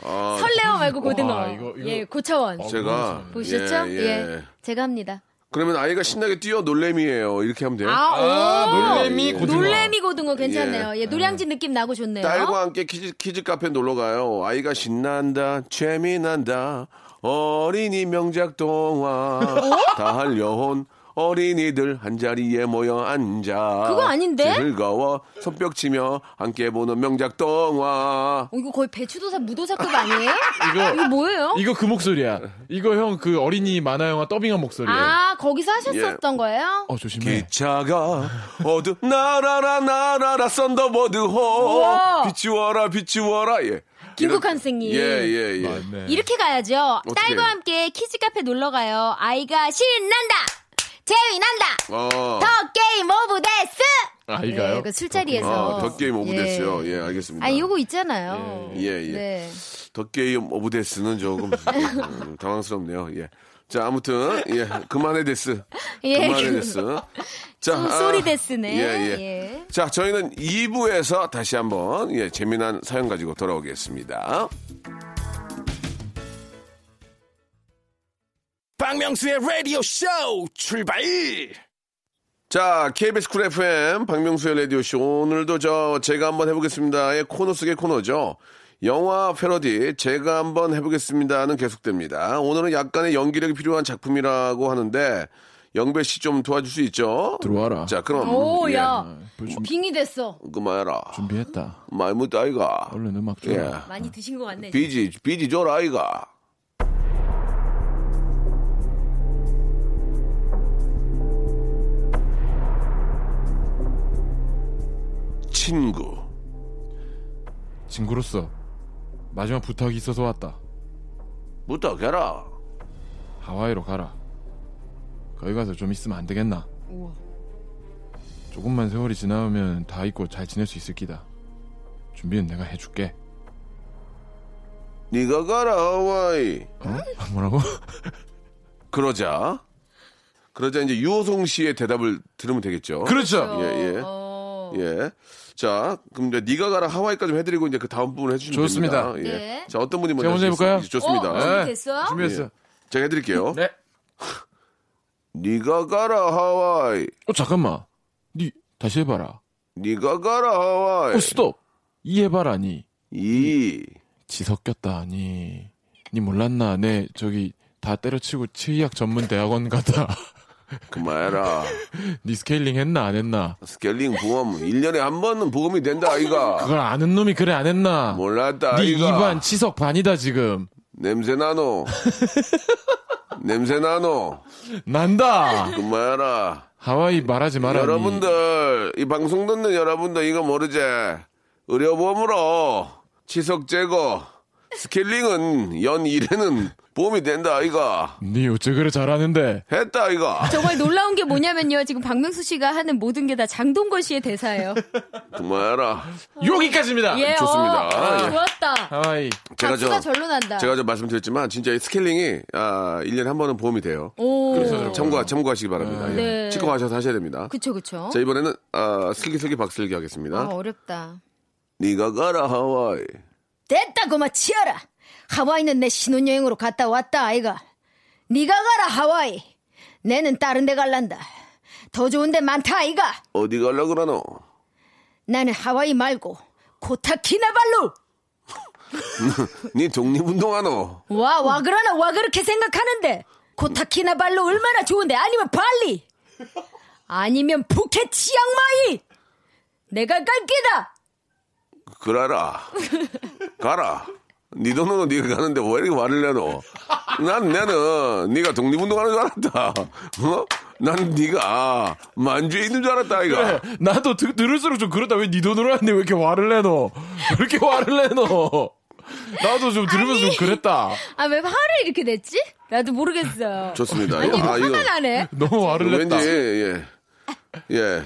C: 아,
E: 설레어 말고 고등어.
D: 와, 이거, 이거.
E: 예, 고차원.
C: 제가.
E: 보셨죠?
C: 아, 예,
E: 예,
C: 예.
E: 제가 합니다.
C: 그러면 아이가 신나게 뛰어 놀래미예요 이렇게 하면 돼요?
E: 아, 오!
D: 놀래미 고등어.
E: 놀래미 고등어 괜찮네요. 예, 노량진 느낌 나고 좋네요.
C: 딸과 함께 키즈, 키즈 카페 놀러 가요. 아이가 신난다, 재미난다, 어린이 명작 동화,
E: 어?
C: 달려온 어린이들 한 자리에 모여 앉아.
E: 그거 아닌데?
C: 즐거워, 손뼉치며 함께 보는 명작 동화.
E: 어, 이거 거의 배추도사 무도사급 아니에요? 이거, 뭐예요?
D: 이거 그 목소리야. 이거 형 그 어린이 만화 영화 더빙한 목소리예요.
E: 아, 거기서 하셨었던 거예요?
D: 어 조심해.
C: 기차가 어두 나라라 나라라 썬더버드 호
E: 우와.
C: 비추어라 비추어라 예
E: 김국환 선생님.
C: 예예예
D: 네.
E: 이렇게 가야죠.
C: 어떻게
E: 딸과
C: 해요?
E: 함께 키즈 카페 놀러 가요. 아이가 신난다! 재미난다!
C: 어,
E: 더 게임 오브 데스!
D: 아
E: 예,
D: 이가요?
E: 그 술자리에서.
C: 아, 덧게임 오브
E: 예.
C: 데스요 예 알겠습니다
E: 아, 요거 있잖아요.
C: 예, 예.
E: 네.
C: 덧게임 오브 데스는 조금 음, 당황스럽네요 예. 자 아무튼 예 그만해 데스
E: 예,
C: 그만해
E: 그-
C: 데스 자
E: 소-
C: 아,
E: 소리 데스네.
C: 예, 예.
E: 예.
C: 자 저희는 2부에서 다시 한번 예 재미난 사연 가지고 돌아오겠습니다
A: 박명수의 라디오 쇼 출발!
C: 자, KBS 쿨 FM 박명수의 라디오쇼 오늘도 저 제가 한번 해보겠습니다의 코너 속의 코너죠. 영화 패러디 제가 한번 해보겠습니다는 계속됩니다. 오늘은 약간의 연기력이 필요한 작품이라고 하는데 영배 씨 좀 도와줄 수 있죠?
D: 들어와라.
C: 자, 그럼
E: 오,
C: 예,
E: 야.
D: 볼 준비-
E: 빙이 됐어.
C: 그만해라.
D: 준비했다.
C: 말못 아이가.
D: 얼른 음악 줘.
C: 예.
E: 많이 드신 것 같네.
C: 비지 비지 줘라 아이가. 친구.
D: 친구로서 마지막 부탁이 있어서 왔다.
C: 부탁해라.
D: 하와이로 가라. 거기 가서 좀 있으면 안 되겠나?
E: 우와.
D: 조금만 세월이 지나면 다 잊고 잘 지낼 수 있을 기다. 준비는 내가 해줄게.
C: 네가 가라 하와이.
D: 어? 뭐라고?
C: 그러자. 그러자 이제 유호송 씨의 대답을 들으면 되겠죠.
D: 그렇죠.
C: 예, 예.
E: 어.
C: 예. 자, 그럼 이제 네가 가라 하와이까지 해드리고 이제 그 다음 부분 해주시면
D: 좋습니다.
C: 됩니다. 예.
E: 네.
C: 자, 어떤 분이 먼저
D: 제가 먼저 해볼까요? 네,
C: 하시겠습니까? 좋습니다. 예.
E: 어? 준비됐어요?
D: 예. 준비했어요.
C: 제가 해드릴게요.
D: 네.
C: 네가 가라 하와이.
D: 어 잠깐만. 니 다시 해봐라.
C: 네가 가라 하와이.
D: 어 스톱. 이 해봐라니.
C: 이.
D: 지 섞였다니. 니 몰랐나? 내 저기 다 때려치고 치의학 전문 대학원 가다.
C: 그만해라.
D: 니 스케일링 했나 안 했나?
C: 스케일링 보험 1년에 한 번은 보험이 된다 아이가.
D: 그걸 아는 놈이 그래 안 했나?
C: 몰랐다
D: 니
C: 아이가.
D: 네 입안 치석 반이다 지금.
C: 냄새 나노. 냄새 나노.
D: 난다.
C: 그만해라.
D: 하와이 말하지 말아.
C: 여러분들 이 방송 듣는 여러분들 이거 모르지 의료보험으로 치석 제거 스케일링은 연 1회는 보험이 된다 아이가
D: 니네 어째 그래 잘하는데.
C: 했다 아이가
E: 정말 놀라운 게 뭐냐면요. 지금 박명수 씨가 하는 모든 게 다 장동건 씨의 대사예요.
C: 그만해라
D: 여기까지입니다.
E: 예,
C: 아, 좋습니다.
E: 어,
C: 예.
E: 좋았다.
D: 하와이.
C: 제가
E: 박수가
C: 저
E: 절로 난다.
C: 제가 저 말씀드렸지만 진짜 이 스케일링이 아 1년에 한 번은 보험이 돼요
E: 오.
C: 참고 참고하시기 바랍니다 예.
E: 네.
C: 치과 가셔서 하셔야 됩니다
E: 그쵸, 그쵸.
C: 자 이번에는 아 슬기슬기 박슬기 하겠습니다
E: 아, 어렵다.
C: 네가 가라 하와이
E: 됐다, 고마 치아라. 하와이는 내 신혼여행으로 갔다 왔다, 아이가. 네가 가라, 하와이. 내는 다른 데 갈란다. 더 좋은 데 많다, 아이가.
C: 어디 갈라 그러노
E: 나는 하와이 말고 코타키나발루.
C: 네 독립운동하노
E: 어. 와, 와 그러나 와 그렇게 생각하는데 코타키나발루 얼마나 좋은데 아니면 발리 아니면 부켓 치앙마이 내가 갈 게다
C: 그라라 가라 네 돈으로 네가 가는데 왜 이렇게 말을 내노 난 나는 네가 독립운동하는 줄 알았다 어? 난 네가 아, 만주에 있는 줄 알았다 이가
D: 나도 들, 들을수록 좀 그렇다. 왜 네 돈으로 하는데 왜 이렇게 화를 내노? 왜 이렇게 화를 내노? 나도 좀 들으면서 좀 그랬다.
E: 아 왜 화를 이렇게 냈지? 나도 모르겠어요
C: 좋습니다
E: 아니 이거
C: 아, 이거
E: 화가 나네
D: 너무 화를
C: 왠지
D: 냈다.
C: 예. 예.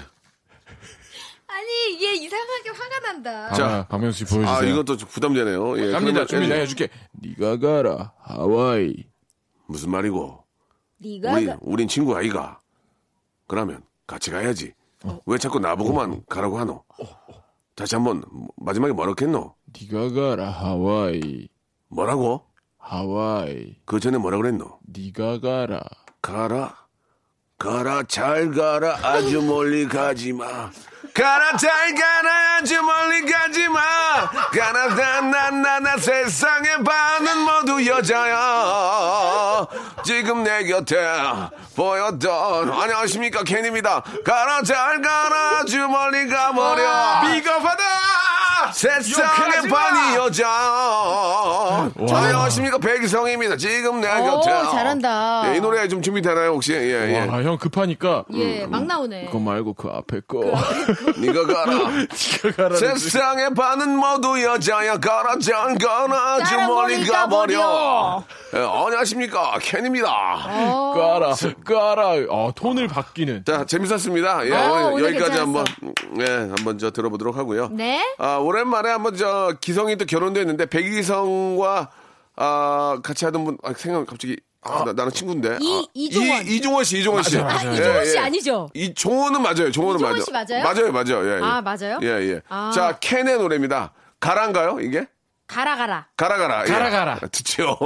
E: 아니 이게 이상하게 화가 난다
D: 자, 박명수 씨 보여주세요.
C: 아, 이것도 좀 부담되네요. 예.
D: 갑니다.
C: 그러면,
D: 준비
C: 예.
D: 내가 해줄게. 네가 가라 하와이.
C: 무슨 말이고?
E: 네가
C: 우리
E: 가-
C: 우린 친구 아이가. 그러면 같이 가야지.
D: 어.
C: 왜 자꾸 나보고만 가라고 하노? 다시 한번 마지막에 뭐라겠노?
D: 네가 가라 하와이.
C: 뭐라고?
D: 하와이.
C: 그 전에 뭐라 그랬노?
D: 네가 가라.
C: 가라. 가라 잘 가라 아주 멀리 가지 마. 가라 잘 가라 아주 멀리 가지 마. 가라 나나나나 세상의 반은 모두 여자야. 지금 내 곁에 보였던 안녕하십니까 켄입니다. 가라 잘 가라 아주 멀리 가버려.
D: 비겁하다.
C: 세상의
D: 욕하지 마!
C: 반이 여자. 안녕하십니까 백이성입니다. 지금 내
E: 오,
C: 곁에.
E: 잘한다.
C: 예, 이 노래 좀 준비되나요 혹시? 예, 예.
D: 와, 형 급하니까
C: 음,
E: 예
C: 뭐,
E: 막 나오네
D: 그거 말고 그 앞에 거.
C: 네가 가라. 예.
D: 네가 가라.
C: 세상의 반은 모두 여자야 가라 짠 가라 저
E: 가라,
C: 멀리
E: 멀리
C: 가버려.
E: 가버려.
C: 예, 안녕하십니까 켄입니다.
E: 어,
D: 가라.
C: 어?
D: 가라. 아, 톤을 바뀌는.
C: 자 재밌었습니다. 예,
E: 아,
C: 오늘
E: 오늘
C: 여기까지
E: 괜찮았어.
C: 한번 예 한번 저 들어보도록 하고요.
E: 네
C: 아, 오랜만에 한번 저 기성이 또 결혼도 했는데 백이성과 아, 같이 하던 분 아, 생각 갑자기 아, 나, 나랑 친구인데
E: 어? 이-
C: 아,
E: 이종원.
C: 이, 이종원 씨 이종원 씨
D: 맞아요,
E: 아,
D: 맞아요.
E: 이종원
C: 예,
E: 씨
C: 예.
E: 아니죠?
C: 이 종원은 맞아요 종원은
E: 이종원
C: 맞아요
E: 씨
C: 맞아요
E: 맞아요?
C: 맞아요 예, 예.
E: 아, 맞아요?
C: 예 예.
E: 아.
C: 자 켄의 노래입니다 가란가요 이게
E: 가라 가라
C: 가라 가라
D: 가라,
C: 예.
D: 가라.
C: 듣죠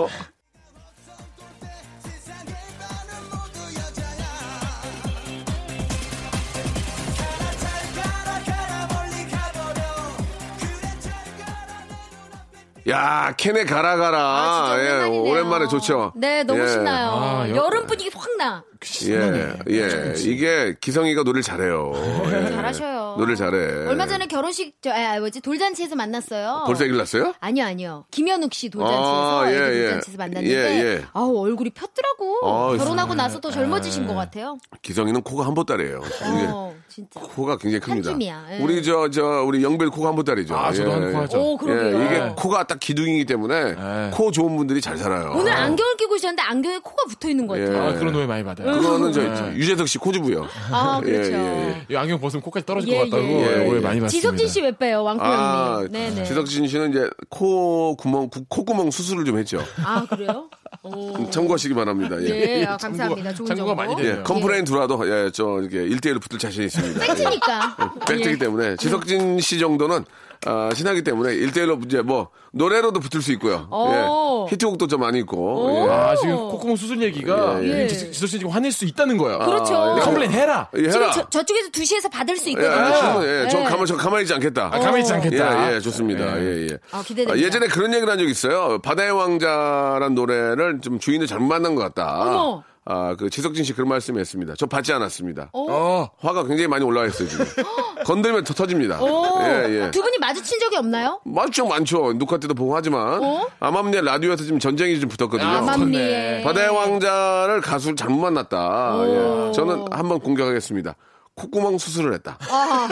C: 야 켄의 가라 가라
E: 아, 진짜 오랜만이네요.
C: 예, 오랜만에 좋죠
E: 네 너무
C: 예.
E: 신나요
D: 아, 여-
E: 여름 분위기 확나
C: 예, 예. 이게 기성이가 노래를 잘해요. 예.
E: 잘하셔요.
C: 노래를 잘해. 예.
E: 얼마 전에 결혼식 저 아, 뭐지 돌잔치에서 만났어요.
C: 벌써 애기 났어요?
E: 아니요 아니요 김현욱 씨 돌잔치에서
C: 아,
E: 애기
C: 예, 예.
E: 돌잔치에서 만났는데
C: 예, 예.
E: 아우 얼굴이 폈더라고
C: 아, 예.
E: 결혼하고 나서 더 젊어지신 것 같아요.
C: 기성이는 코가 한 보따리예요. 이게
E: 어 진짜
C: 코가 굉장히 큽니다.
E: 줌이야, 예.
C: 우리 저 저 우리 영별 코가 한 보따리죠.
D: 아, 저도 한코 하죠.
E: 오 그러게요.
C: 예, 이게 코가 딱 기둥이기 때문에
D: 예.
C: 코 좋은 분들이 잘 살아요.
E: 오늘 안경을 끼고 있었는데 안경에 코가 붙어 있는 것 같아요.
C: 네.
D: 아, 그런 노예 많이 받아요.
C: 그거는 저 유재석 씨 코주부요.
E: 아 그렇죠.
C: 예, 예,
D: 이 안경 벗으면 코까지 떨어질
E: 예,
D: 것 같다고
C: 예, 예.
D: 오해 많이 받습니다.
E: 지석진 씨 왜 빼요 왕코 형님?
C: 아,
E: 네네.
C: 지석진 씨는 이제 코 구멍 구- 콧구멍 수술을 좀 했죠. 음,
E: 아 그래요? 오.
C: 참고하시기 바랍니다. 예.
E: 예, 아, 감사합니다.
D: 참고가-
E: 좋은
D: 참고가
E: 정보.
D: 많이 돼요.
C: 예, 컴플레인 들어와도 예, 저 이렇게 1대1로 붙을 자신이 있습니다.
E: 팩트니까. 예.
C: 팩트기 때문에 지석진 씨 정도는 아, 신하기 때문에 1대1로 이제 뭐 노래로도 붙을 수 있고요.
E: 오.
C: 예, 히트곡도 좀 많이 있고.
E: 오.
C: 예.
D: 아, 지금 콧구멍 수술 얘기가
E: 예, 예.
D: 지석- 지석진 씨 지금 화낼 수 있다는 거야. 아,
E: 그렇죠.
C: 예.
D: 컴플레인 해라.
C: 예,
E: 지금
C: 해라.
E: 저, 저쪽에서 2시에서 받을 수
C: 예,
E: 있거든요.
C: 아, 충분히, 예, 저
E: 예.
C: 가만 저 가만히 있지 않겠다.
E: 어.
D: 아, 가만히 있지 않겠다.
C: 예, 예, 좋습니다. 예, 예.
E: 아, 기대됩니다.
C: 예전에 그런 얘기를 한 적 있어요. 바다의 왕자란 노래를 좀 주인을 잘못 만난 것 같다.
E: 어머.
C: 아, 그 지석진 씨 그런 말씀을 했습니다. 저 받지 않았습니다.
D: 어.
C: 화가 굉장히 많이 올라와 있어요, 지금. 건들면 터- 터집니다.
E: 오,
C: 예, 예.
E: 어. 두 분이 마주친 적이 없나요?
C: 많죠, 많죠. 녹화 때도 보고 하지만.
E: 어?
C: 암암리에 라디오에서 지금 전쟁이 좀 붙었거든요.
D: 아, 맞네.
E: 암암리에.
C: 바다의 왕자를 가수를 잘못 만났다.
E: 오.
C: 예. 저는 한번 공격하겠습니다. 콧구멍 수술을 했다.
E: 아,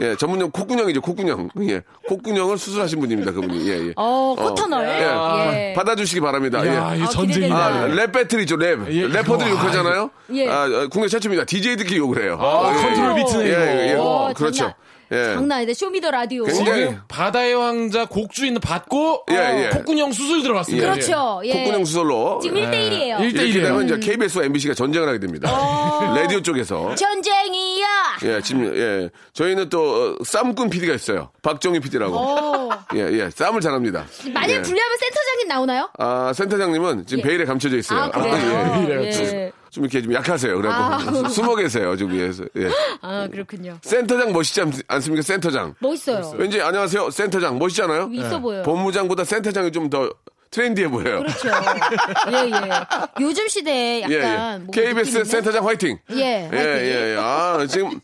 C: 예, 전문용 콧구녕이죠, 콧구녕. 예, 콧구녕을 수술하신 분입니다, 그분이. 예, 예.
E: 어, 코터널.
C: 예.
E: 예.
C: 받아주시기 바랍니다.
D: 야,
C: 예.
D: 이
E: 아,
D: 전쟁이네.
E: 기대된다.
C: 아, 랩 배틀이죠, 랩.
D: 예,
C: 래퍼들이
D: 이거, 아,
C: 욕하잖아요?
E: 예.
C: 아, 어, 국내 최초입니다. DJ들끼리 욕을 해요.
D: 아,
C: 예,
D: 컨트롤
C: 예.
D: 비트네,
C: 예,
D: 이거. 어?
C: 예, 예.
E: 오,
C: 그렇죠.
E: 어, 장난,
C: 예.
E: 장난 아니다. 쇼미더 라디오.
C: 굉장히- 예.
D: 지금 바다의 왕자 곡주인은 받고
C: 예, 예.
D: 콧구멍 수술 들어갔습니다. 예.
C: 예.
E: 그렇죠. 예.
C: 콧구녕 수술로.
E: 지금 1대1이에요.
C: 이렇게
D: 일-
C: 되면 이제
D: 일대일이에요.
C: KBS와 MBC가 전쟁을 하게 됩니다.
E: 어.
C: 라디오 쪽에서.
E: 전쟁이야.
C: 예, 지금, 예. 저희는 또, 어, 쌈꾼 PD가 있어요. 박정희 PD라고.
E: 오.
C: 예, 예. 쌈을 잘합니다.
E: 만약에
C: 예.
E: 불리하면 센터장님 나오나요?
C: 아, 센터장님은 지금 베일에 감춰져 있어요.
E: 아, 그래요?
D: 예, 예.
E: 예.
C: 좀 이렇게 좀 약하세요. 그래고 숨어 계세요. 지금 위에서. 예.
E: 아, 그렇군요.
C: 센터장 멋있지 않, 습니까 센터장.
E: 멋있어요.
C: 왠지 안녕하세요. 예. 센터장 멋있지 않아요?
E: 있어 보여요.
C: 본부장보다 센터장이 좀 더 트렌디해 보여요.
E: 그렇죠. 예, 예. 요즘 시대에
C: 예,
E: 약간.
C: 예.
E: 뭔가
C: KBS
E: 느낌 있네?
C: 센터장 화이팅.
E: 예,
C: 예, 예, 예. 아, 지금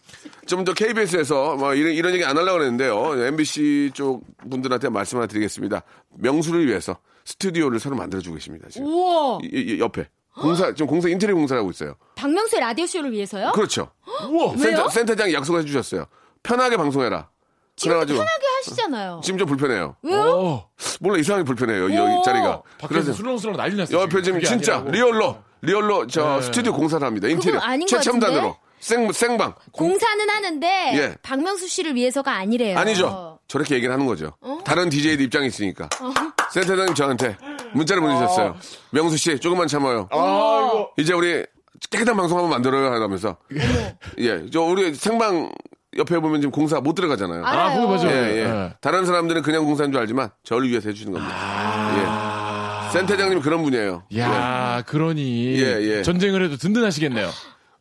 C: 좀 더 KBS에서 뭐 이런, 이런 얘기 안 하려고 그랬는데요. MBC 쪽 분들한테 말씀 하나 드리겠습니다. 명수를 위해서 스튜디오를 새로 만들어주고 계십니다. 지금.
E: 우와.
C: 이- 이- 이 옆에. 공사, 지금 공사, 인테리어 공사를 하고 있어요.
E: 박명수의 라디오쇼를 위해서요?
C: 그렇죠.
D: 우와.
E: 왜요?
C: 센터, 센터장이 약속해 주셨어요. 편하게 방송해라.
E: 지금
C: 그래가지고
E: 편하게 하시잖아요.
C: 지금 좀 불편해요.
E: 왜요?
D: 어,
C: 몰라 이상하게 불편해요. 이
E: 오.
C: 여기 자리가.
D: 밖에서
C: 그래서
D: 술렁술렁 난리 났어요.
C: 옆에 지금
D: 그게
C: 진짜
D: 아니라고. 네.
C: 리얼로 리얼로 저 스튜디오 공사를 합니다. 인테리어
E: 아닌 것
C: 최첨단으로 생 생방
E: 공사는 하는데
C: 예.
E: 박명수 씨를 위해서가 아니래요.
C: 아니죠. 저렇게 얘기를 하는 거죠. 다른 DJ의 입장이 있으니까. 센터장님 저한테 문자를 어. 보내주셨어요. 어. 명수 씨 조금만 참아요.
D: 아, 이거.
C: 이제 우리 깨끗한 방송 한번 만들어요 하면서. 예, 저 우리 생방 옆에 보면 지금 공사 못 들어가잖아요.
E: 알아요.
D: 아, 그거 맞아요.
C: 예, 예.
D: 예.
C: 다른 사람들은 그냥 공사인 줄 알지만 저를 위해서 해주시는 겁니다.
D: 아.
C: 예. 센터장님 그런 분이에요.
D: 예. 야, 그러니
C: 예, 예.
D: 전쟁을 해도 든든하시겠네요.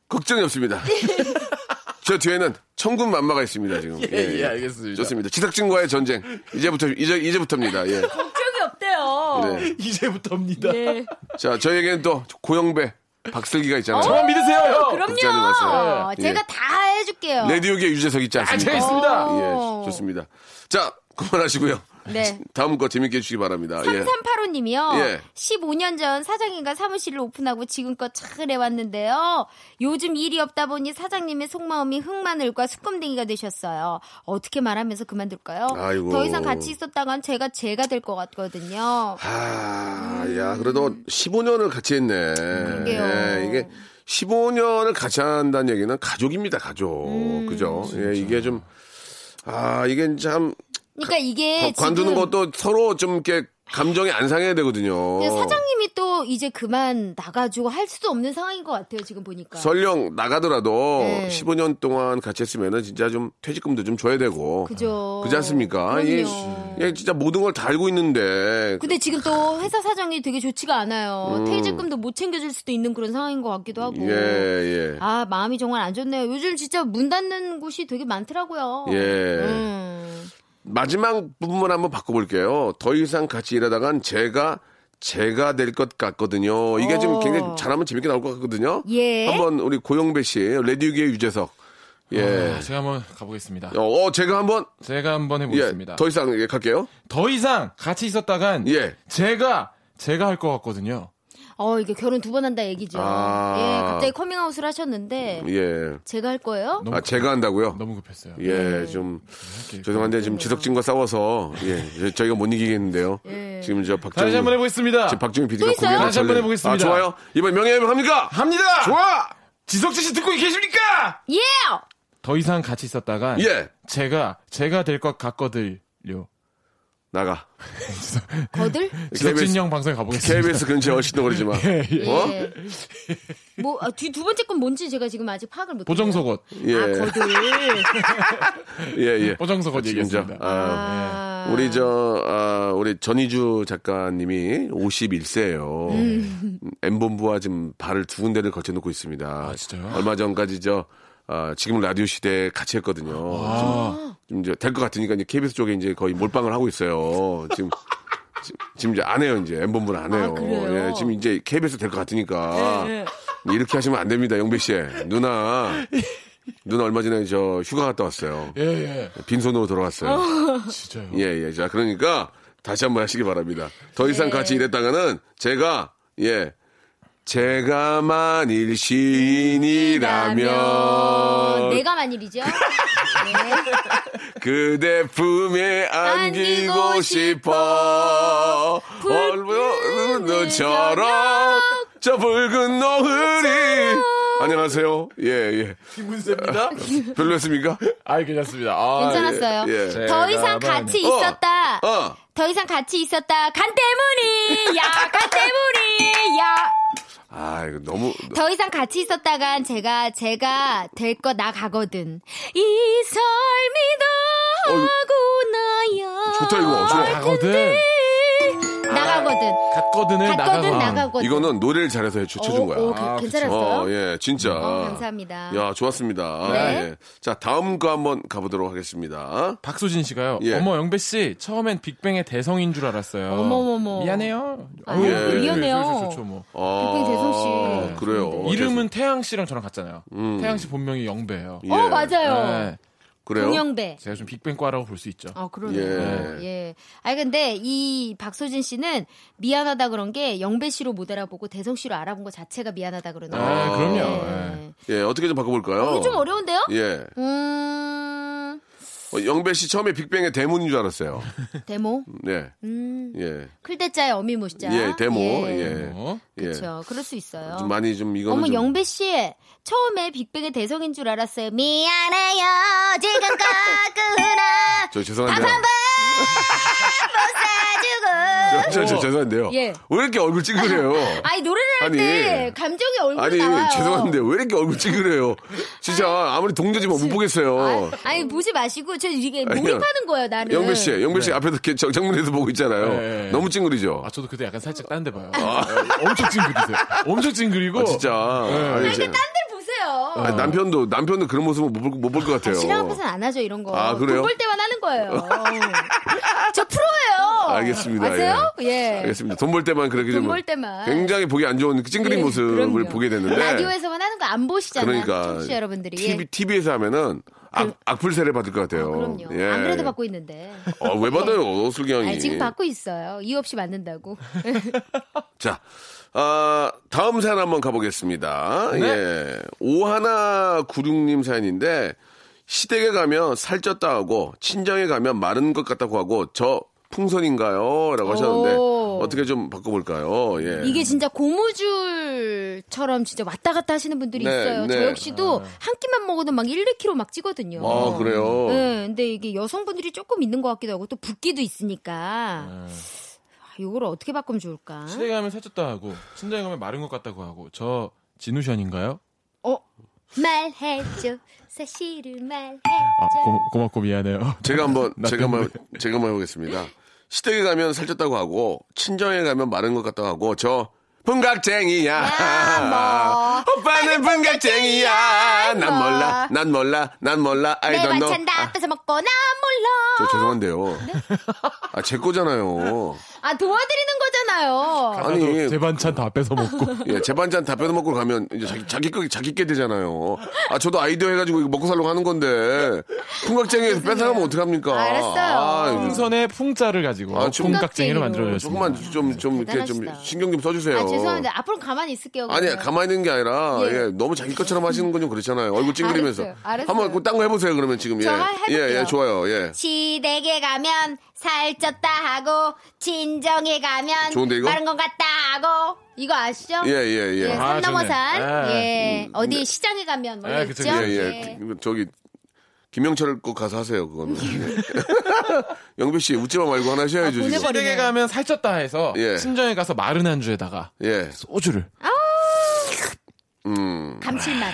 C: 걱정이 없습니다. 저 뒤에는 천군 만마가 있습니다 지금.
D: 예, 알겠습니다.
C: 좋습니다. 지석진과의 전쟁 이제부터 이제 이제부터입니다. 예.
E: 걱정이 없대요.
C: 네.
D: 이제부터입니다.
E: 네.
C: 자 저에게는 또 고영배, 박슬기가 있잖아요.
E: 어?
D: 저만 어, 믿으세요, 형.
C: 걱정하지 마세요.
E: 그럼요. 제가
C: 그 예.
E: 다 해줄게요.
C: 레디오계 유재석 있지
D: 아,
C: 않습니까?
D: 제가 있습니다.
E: 오.
C: 예, 좋습니다. 자 그만하시고요.
E: 네.
C: 다음 거 재밌게 해주시기 바랍니다. 예.
E: 3385님이요.
C: 예.
E: 15년 전 사장님과 사무실을 오픈하고 지금껏 잘 해왔는데요. 요즘 일이 없다 보니 사장님의 속마음이 흑마늘과 수검댕이가 되셨어요. 어떻게 말하면서 그만둘까요?
C: 아이고.
E: 더 이상 같이 있었다간 제가 제가 될 것 같거든요.
C: 아, 야, 그래도 15년을 같이 했네. 예, 이게 15년을 같이 한다는 얘기는 가족입니다, 가족.
E: 음,
C: 그죠? 예, 이게 좀, 아, 이게 참,
E: 그러니까 이게
C: 관두는
E: 지금
C: 것도 서로 좀 이렇게 감정이 안 상해야 되거든요.
E: 근데 사장님이 또 이제 그만 나가지고 할 수도 없는 상황인 것 같아요. 지금 보니까.
C: 설령 나가더라도
E: 네.
C: 15년 동안 같이 했으면은 진짜 좀 퇴직금도 좀 줘야 되고.
E: 그죠.
C: 그지 않습니까? 예,
E: 그럼요.
C: 예, 진짜 모든 걸 다 알고 있는데.
E: 근데 지금 또 회사 사정이 되게 좋지가 않아요. 퇴직금도 못 챙겨줄 수도 있는 그런 상황인 것 같기도 하고.
C: 음. 예, 예.
E: 아 마음이 정말 안 좋네요. 요즘 진짜 문 닫는 곳이 되게 많더라고요.
C: 예.
E: 음.
C: 마지막 부분만 한번 바꿔볼게요. 더 이상 같이 일하다간 제가 제가 될 것 같거든요. 이게 지금 굉장히 잘하면 재밌게 나올 것 같거든요.
E: 어. 예.
C: 한번 우리 고영배 씨, 레디우기의 유재석. 예.
D: 아, 제가 한번 가보겠습니다.
C: 어, 어, 제가 한번
D: 제가 한번
C: 예.
D: 아. 해보겠습니다.
C: 더 이상 예, 갈게요.
D: 더 이상 같이 있었다간
C: 예.
D: 제가 제가 할 것 같거든요.
E: 어 이게 결혼 두 번 한다 얘기죠.
C: 아.
E: 예, 갑자기 커밍아웃을 하셨는데
C: 예.
E: 제가 할 거예요.
C: 아, 제가 한다고요?
D: 너무 급했어요.
C: 예, 좀
D: 네,
C: 죄송한데 지금 지석진과 싸워서 예, 저희가 못 이기겠는데요. 지금 저
D: 예. 다시 한번
C: 박정희
D: 해보겠습니다.
C: 지금 박정희 PD가
E: 있어요?
C: 고개를
D: 다시 한번
C: 절레-
D: 해보겠습니다.
C: 아, 좋아요. 이번 명예훼손 합니까?
D: 합니다.
C: 좋아.
D: 지석진 씨 듣고 계십니까?
E: 예.
D: 더 이상 같이 있었다간
C: 예.
D: 제가 제가 될 것 같거든요.
C: 나가.
E: 거들.
D: 지석진
C: KBS
D: 형 방송에 가보겠습니다.
C: KBS 근처 얼씬도 그러지 마. 어?
E: 예. 뭐뒤두 번째 건 뭔지 제가 지금 아직 파악을 못. 해요.
D: 보정석옷
C: 예.
E: 아 거들.
C: 예, 예.
D: 보정석옷
C: 지금 저,
D: 얘기했습니다.
C: 아,
E: 아.
C: 우리 저, 아, 우리 전희주 작가님이 51세예요. M본부와 지금 발을 두 군데를 거쳐놓고 있습니다. 아,
D: 진짜요?
C: 얼마 전까지 저, 아, 지금 라디오 시대에 같이 했거든요.
D: 아,
C: 지금 이제 될 것 같으니까 이제 KBS 쪽에 이제 거의 몰빵을 하고 있어요. 지금. 지- 지금 이제 안 해요, 이제. M본부는 안 해요.
E: 아, 그래요?
C: 예, 지금 이제 KBS 될 것 같으니까.
E: 예.
C: 이렇게 하시면 안 됩니다, 영배 씨. 누나. 누나 얼마 전에 저 휴가 갔다 왔어요.
D: 예, 예.
C: 빈손으로 돌아왔어요.
D: 진짜요.
C: 예, 예. 자, 그러니까 다시 한번 하시기 바랍니다. 더
E: 예.
C: 이상 같이 일했다가는 제가, 예. 제가 만일
E: 라면.
C: 시인이라면
E: 내가 만일이죠. 네.
C: 그대 품에 안기고
E: 안기고
C: 싶어
E: 붉은
C: 얼굴 너처럼 저 붉은 너구리 안녕하세요 예예
D: 김문세입니다.
C: 별로였습니까?
D: 아이 괜찮습니다. 아,
E: 괜찮았어요.
C: 예, 예.
E: 더
D: 제가
E: 이상 같이 있었다.
C: 어.
E: 더 이상 같이 있었다. 간 때문이 야, 간 때문이 야.
C: 아 이거 너무
E: 더 이상 같이 있었다간 제가 제가 될 거 나 가거든. 이
C: 어,
E: 삶이다 하고 나야.
C: 좋다, 이거. 좋아.
D: 가거든.
E: 아, 나가거든.
D: 갔거든 해
E: 갔거든
D: 네, 나가거든.
E: 나가거든.
C: 이거는 노래를 잘해서 해쳐준
E: 오,
C: 거야.
E: 오, 괜-
D: 아, 그쵸.
E: 어, 괜찮았어요?
C: 어, 예, 진짜.
E: 어, 감사합니다.
C: 야, 좋았습니다.
E: 네.
C: 예. 자, 다음 거 한번 가보도록 하겠습니다.
D: 박소진 씨가요.
C: 예.
D: 어머 영배 씨 처음엔 빅뱅의 대성인 줄 알았어요.
E: 어머머머.
D: 미안해요.
E: 아유,
D: 어우,
C: 예.
E: 미안해요.
D: 좋죠, 좋죠, 뭐.
C: 아,
E: 대성 씨. 네,
C: 그래요.
D: 이름은 태양 씨랑 저랑 같잖아요.
C: 어, 음.
D: 태양 씨 본명이 영배예요.
C: 예.
E: 어 맞아요.
D: 네.
C: 그래요?
E: 동영배.
D: 제가 좀 빅뱅과라고 볼 수 있죠.
E: 아 그러네요.
C: 예.
E: 예. 아니 근데 이 박소진 씨는 미안하다 그런 게 영배 씨로 못 알아보고 대성 씨로 알아본 것 자체가 미안하다 그러네요.
D: 아, 그럼요. 예.
E: 예.
C: 예, 어떻게 좀 바꿔볼까요?
E: 이거 좀 어려운데요?
C: 예.
E: 음
C: 어, 영배 씨 처음에 빅뱅의 대문인 줄 알았어요.
E: 데모.
C: 예.
E: 음
C: 예.
E: 클대자의 어미모시자.
C: 예, 데모. 예.
D: 뭐.
C: 예.
E: 그렇죠. 그럴 수 있어요.
C: 좀 많이 좀 이거는
E: 어머
C: 좀
E: 영배 씨 처음에 빅뱅의 대성인 줄 알았어요. 미안해요 지금 까끄나
C: 저 죄송한데요.
E: 사주고.
C: 저, 저, 저 죄송한데요.
E: 예.
C: 왜 이렇게 얼굴 찡그려요?
E: 아니 노래를 할 때
C: 아니.
E: 감정이 얼굴에
C: 아니
E: 나와요.
C: 죄송한데 왜 이렇게 얼굴 찡그려요? 진짜 아무리 동료지만 뭐 못 보겠어요.
E: 아, 아니 보지 마시고 저 이게
C: 아니요.
E: 몰입하는 거예요 나는.
C: 영배 씨, 영배 씨 앞에서 이렇게 정- 정문에서 보고 있잖아요.
D: 네.
C: 너무 찡그리죠.
D: 아 저도 그때 약간 살짝 딴 데 봐요. 예, 엄청 찡그리세요. 엄청 찡그리고.
C: 아, 진짜. 아니,
E: 네. 아니,
C: 진짜.
E: 근데 딴 데 보세요.
C: 아니, 남편도 남편도 그런 모습을 못볼 것 같아요.
E: 신랑 앞에서는 안 하죠 이런 거.
C: 아, 그래요?
E: 돈 벌 때만 하는 거예요. 저 프로예요.
C: 알겠습니다.
E: 아세요? 예.
C: 알겠습니다. 돈 벌 때만 그렇게
E: 돈
C: 좀
E: 벌 때만.
C: 굉장히 보기 안 좋은 그 찡그린
E: 예,
C: 모습을
E: 그럼요.
C: 보게 되는데
E: 라디오에서만 예. 하는 거 안 보시잖아요.
C: 그러니까
E: 청취자 여러분들이.
C: TV, TV에서 하면은 악, 악플 세례 받을 것 같아요.
E: 그 그럼요.
C: 예.
E: 안 그래도 받고 있는데.
C: 어, 왜 받아요, 슬기형이?
E: 아니, 지금 받고 있어요. 이유 없이 맞는다고.
C: 자, 아, 다음 사연 한번 가보겠습니다.
D: 네.
C: 예. 오하나 96님 사연인데, 시댁에 가면 살쪘다 하고, 친정에 가면 마른 것 같다고 하고, 저 풍선인가요? 라고 하셨는데,
E: 오.
C: 어떻게 좀 바꿔볼까요? 예.
E: 이게 진짜 고무줄처럼 진짜 왔다 갔다 하시는 분들이
C: 네,
E: 있어요.
C: 네.
E: 저 역시도 한 끼만 먹어도 막 1, 2kg 막 찌거든요.
C: 아, 그래요?
E: 네, 근데 이게 여성분들이 조금 있는 것 같기도 하고 또 붓기도
D: 네.
E: 있으니까 아, 이걸 어떻게 바꾸면 좋을까?
D: 시댁에 가면 살쪘다 하고 친정에 가면 마른 것 같다고 하고 저 진우션인가요?
E: 어? 말해줘 사실을 말해줘
D: 아 고, 고맙고 미안해요.
C: 제가 한번,
D: 나
C: 제가 한번, 제가 한번 해보겠습니다. 시댁에 가면 살쪘다고 하고, 친정에 가면 마른 것 같다고 하고, 저, 분각쟁이야.
E: 뭐. 야,
C: 오빠는 분각쟁이야. 난
E: 뭐.
C: 몰라, 난 몰라, 난 몰라. I
E: 내
C: don't know.
E: 반찬
C: 아.
E: 다 뺏어 먹고 나 몰라
C: 저 죄송한데요. 아, 제 거잖아요.
E: 아 도와드리는 거잖아요
C: 아니,
D: 제 반찬 다 뺏어 먹고.
C: 예, 제반찬 다 빼먹고 가면 이제 자기, 자기, 거, 자기 게 되잖아요. 아, 저도 아이디어 해가지고 이거 먹고 살려고 하는 건데. 풍각쟁이에서 뺏어가면 어떡합니까?
E: 아, 알았어요.
C: 그렇죠. 아, 이거
D: 풍선에 풍자를 가지고
C: 아, 좀-
D: 풍각쟁이로 만들어졌습니다.
C: 조금만 좀, 좀, 이렇게 좀
E: 대단하시다.
C: 신경 좀 써주세요.
E: 아 죄송합니다 앞으로 가만히 있을게요
C: 아니,
E: 그러면.
C: 가만히 있는 게 아니라,
E: 예.
C: 예, 너무 자기 것처럼 하시는 건 좀 그렇잖아요. 얼굴 찡그리면서.
E: 알았어요, 알았어요.
C: 한번 딴 거 해보세요, 그러면 지금. 예.
E: 저 하- 해볼게요.
C: 예, 예, 좋아요, 예.
E: 시댁에 가면 살쪘다 하고 친정에 가면
C: 좋은데, 이거?
E: 마른 것 같다 하고 이거 아시죠?
C: 예, 예, 예.
E: 예, 산
D: 아, 좋네.
E: 넘어산
D: 예.
E: 예 어디 시장에 가면 뭐
D: 예,
E: 이거
D: 그쵸,
E: 있죠?
D: 그쵸.
C: 예, 예. 그- 저기 김영철 거 가서 하세요. 그거는. 예. 영배 씨 웃지 마 말고 하나 하셔야죠.
E: 아,
C: 지금.
E: 보내버려.
D: 시댁에 가면 살쪘다 해서
C: 예.
D: 친정에 가서 마른 안주에다가
C: 예.
D: 소주를.
C: 음.
E: 감칠맛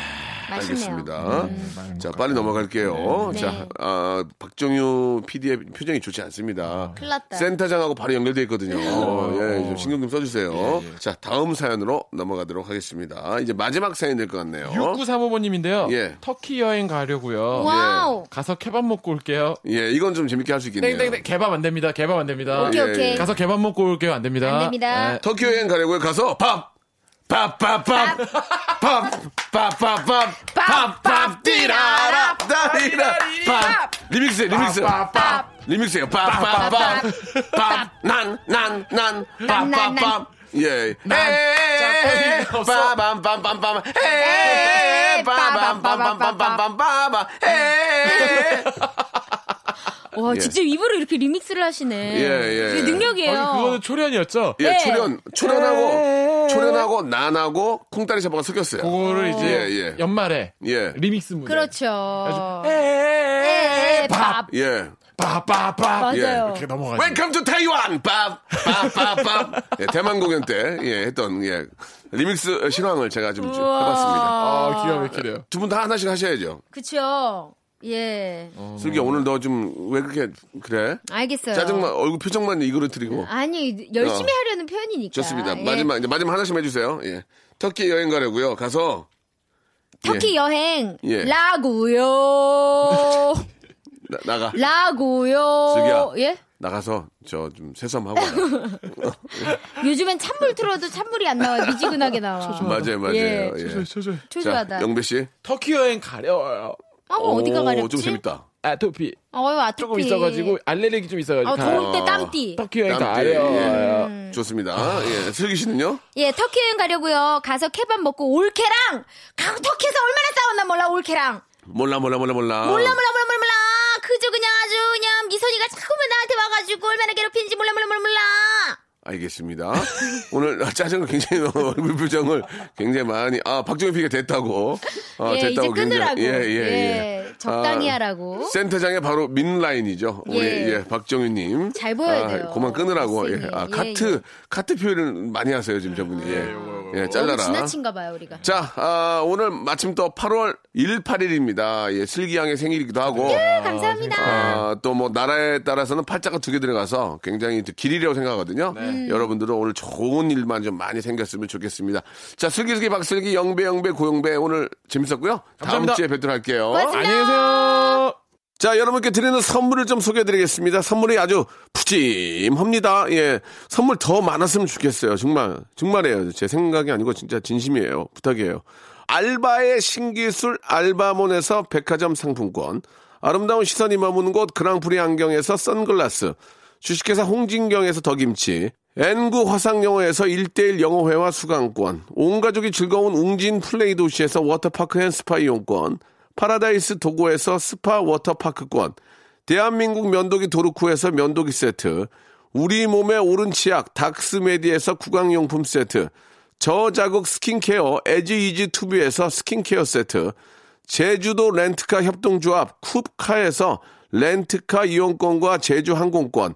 E: 맛있네요.
C: 아, 알겠습니다.
D: 음.
C: 자, 빨리 넘어갈게요.
E: 네.
C: 자, 아, 박정유 PD의 표정이 좋지 않습니다.
E: 큰일 났다. 네.
C: 센터장하고 바로 연결돼 있거든요.
D: 어.
C: 예, 좀 신경 좀 써주세요.
D: 예,
C: 자, 다음 사연으로 넘어가도록 하겠습니다. 이제 마지막 사연 될 것 같네요.
D: 6935번님인데요.
C: 예.
D: 터키 여행 가려고요. 예.
E: 와우
D: 가서 케밥 먹고 올게요.
C: 예, 이건 좀 재밌게 할 수 있겠네요.
D: 땡땡땡 개밥 안 됩니다. 개밥 안 됩니다.
E: 오케이
C: 예,
E: 오케이
C: 예.
D: 가서 개밥 먹고 올게요. 안 됩니다.
E: 안 됩니다.
D: 예.
C: 터키 여행 가려고요. 가서 밥! 밥, 밥, 밥! 밥! 밥, 밥, 밥! 밥, 밥, 띠라라! 따리라! 밥! 리믹스, 리믹스!
E: 밥.
C: 리믹스예요. 밥, 밥, 밥! 밥! 난, 난, 난! 밥,
E: 난,
C: 밥,
E: 난,
C: 밥! 예.
D: 자,
C: 에에에에
D: 없어.
C: 빠밤빰빰빰 예, 에에에에 빠밤빰빰빰빰빰빰빰 예, 에에에에
E: 아, 와
D: 예.
E: 직접 입으로 이렇게 리믹스를 하시네.
C: 예, 예.
E: 이게 능력이에요.
D: 아니, 그거는 초련이었죠.
C: 예,
E: 네.
C: 초련, 초련하고, 초련하고, 난하고, 콩다리 잡아가 섞였어요.
D: 그거를 이제
C: 예, 예.
D: 연말에
C: 예.
D: 리믹스 무대. 예,
E: 렇죠 예.
D: 에에에에 밥.
C: 예.
D: 밥밥밥
C: 예.
E: 맞아요.
D: 이렇게 넘어가죠.
C: 웰컴 투 타이완! 밥! 밥, 밥, 밥! 예, 대만 공연 때, 예, 했던, 예, 리믹스 신황을 제가 좀 해봤습니다.
D: 아 기가 막히네요.
C: 두 분 다 하나씩 하셔야죠.
E: 그쵸. 예.
C: 슬기야 오늘 너 좀 왜 그렇게 그래?
E: 알겠어요.
C: 짜증만 얼굴 표정만 이거로 드리고
E: 네. 아니 열심히
C: 어.
E: 하려는 표현이니까.
C: 좋습니다.
E: 예.
C: 마지막 이제 마지막 하나씩 해주세요. 예. 터키 여행 가려고요. 가서
E: 터키 여행
C: 예.
E: 라고요.
C: 나, 나가
E: 라고요.
C: 슬기야.
E: 예?
C: 나가서 저 좀 새삼하고 와라.
E: 요즘엔 찬물 틀어도 찬물이 안 나와. 미지근하게 나와.
C: 맞아요, 맞아요.
E: 예.
C: 예.
D: 저, 저, 저.
E: 초조하다.
C: 자, 영배 씨.
D: 터키 여행 가려워요.
E: 어머 어디가
C: 오,
E: 가렵지?
C: 좀 재밌다.
D: 아토피
E: 어유 아토피.
D: 조금 있어가지고 알레르기 좀 있어가지고
E: 어,
D: 가-
E: 더울
C: 아.
E: 때 땀띠.
D: 터키 여행
C: 땀띠,
D: 가려워요.
C: 예. 좋습니다. 예. 슬기 씨는요?
E: 예, 터키 여행 가려고요. 가서 케밥 먹고 올케랑 가 터키에서 얼마나 싸웠나 몰라
D: 어.
E: 올케랑.
C: 몰라 몰라 몰라 몰라.
E: 몰라 몰라 몰라 몰라 몰라. 그저 그냥 아주 그냥 미선이가 자꾸만 나한테 와가지고 얼마나 괴롭히는지 몰라 몰라 몰라 몰라.
C: 알겠습니다. 오늘 짜증을 굉장히 얼굴 표정을 굉장히 많이 아 박정희 PD가 됐다고 아,
E: 예, 이제 끊으라고.
C: 예예 예,
E: 예,
C: 예.
E: 적당히 하라고.
C: 센터장에 바로 민 라인이죠. 우리
E: 예.
C: 예 박정희님 아,
E: 잘 보여야 돼요.
C: 그만 끊으라고. 예.
E: 선생님.
C: 아
E: 예,
C: 카트
E: 예.
C: 카트 표현을 많이 하세요 지금 저분이. 예, 예
E: 너무
C: 잘라라.
E: 지나친가 봐요 우리가.
C: 자, 아, 오늘 마침 또 8월 18일입니다. 예, 슬기양의 생일이기도 하고.
E: 예, 감사합니다.
C: 아,
D: 네.
C: 또 뭐 나라에 따라서는 팔자가 두 개 들어가서 굉장히 이제 길이라고 생각하거든요.
D: 네.
E: 음.
C: 여러분들은 오늘 좋은 일만 좀 많이 생겼으면 좋겠습니다. 자, 슬기슬기 박슬기 영배 영배 고영배 오늘 재밌었고요. 다음
D: 감사합니다.
C: 주에 뵙도록 할게요.
E: 고맙습니다.
D: 안녕히 계세요.
C: 자, 여러분께 드리는 선물을 좀 소개해드리겠습니다. 선물이 아주 푸짐합니다. 예, 선물 더 많았으면 좋겠어요. 정말 정말이에요. 제 생각이 아니고 진짜 진심이에요. 부탁이에요. 알바의 신기술 알바몬에서 백화점 상품권, 아름다운 시선이 머무는 곳 그랑프리 안경에서 선글라스, 주식회사 홍진경에서 더김치, N구 화상영어에서 1대1 영어회화 수강권, 온 가족이 즐거운 웅진 플레이 도시에서 워터파크 앤 스파 이용권, 파라다이스 도고에서 스파 워터파크권, 대한민국 면도기 도르쿠에서 면도기 세트, 우리 몸의 오른 치약 닥스메디에서 구강용품 세트, 저자극 스킨케어 에지이지 투비에서 스킨케어 세트, 제주도 렌트카 협동조합 쿱카에서 렌트카 이용권과 제주 항공권,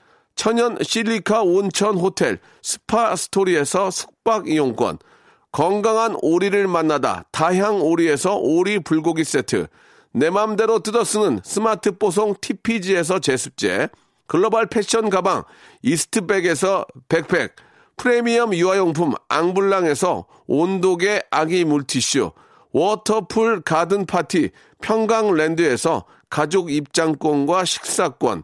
C: 천연 실리카 온천 호텔 스파 스토리에서 숙박 이용권 건강한 오리를 만나다 다향 오리에서 오리 불고기 세트 내 맘대로 뜯어 쓰는 스마트 뽀송 TPG에서 제습제 글로벌 패션 가방 이스트백에서 백팩 프리미엄 유아용품 앙블랑에서 온도계 아기 물티슈 워터풀 가든 파티 평강랜드에서 가족 입장권과 식사권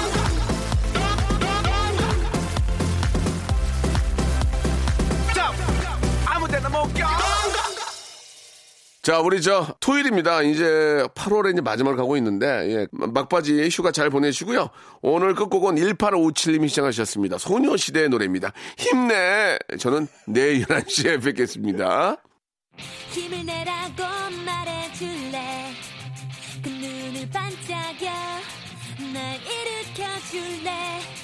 A: 아무데나 못 가.
C: 자, 우리 저 토요일입니다. 이제 8월에 이제 마지막을 가고 있는데 예, 막바지 휴가 잘 보내시고요. 오늘 끝곡은 1857님이 시청하셨습니다. 소녀시대의 노래입니다. 힘내. 저는 내일 11시에 뵙겠습니다.
F: 힘을 내라고 말해줄래 그 눈을 반짝여 날 일으켜줄래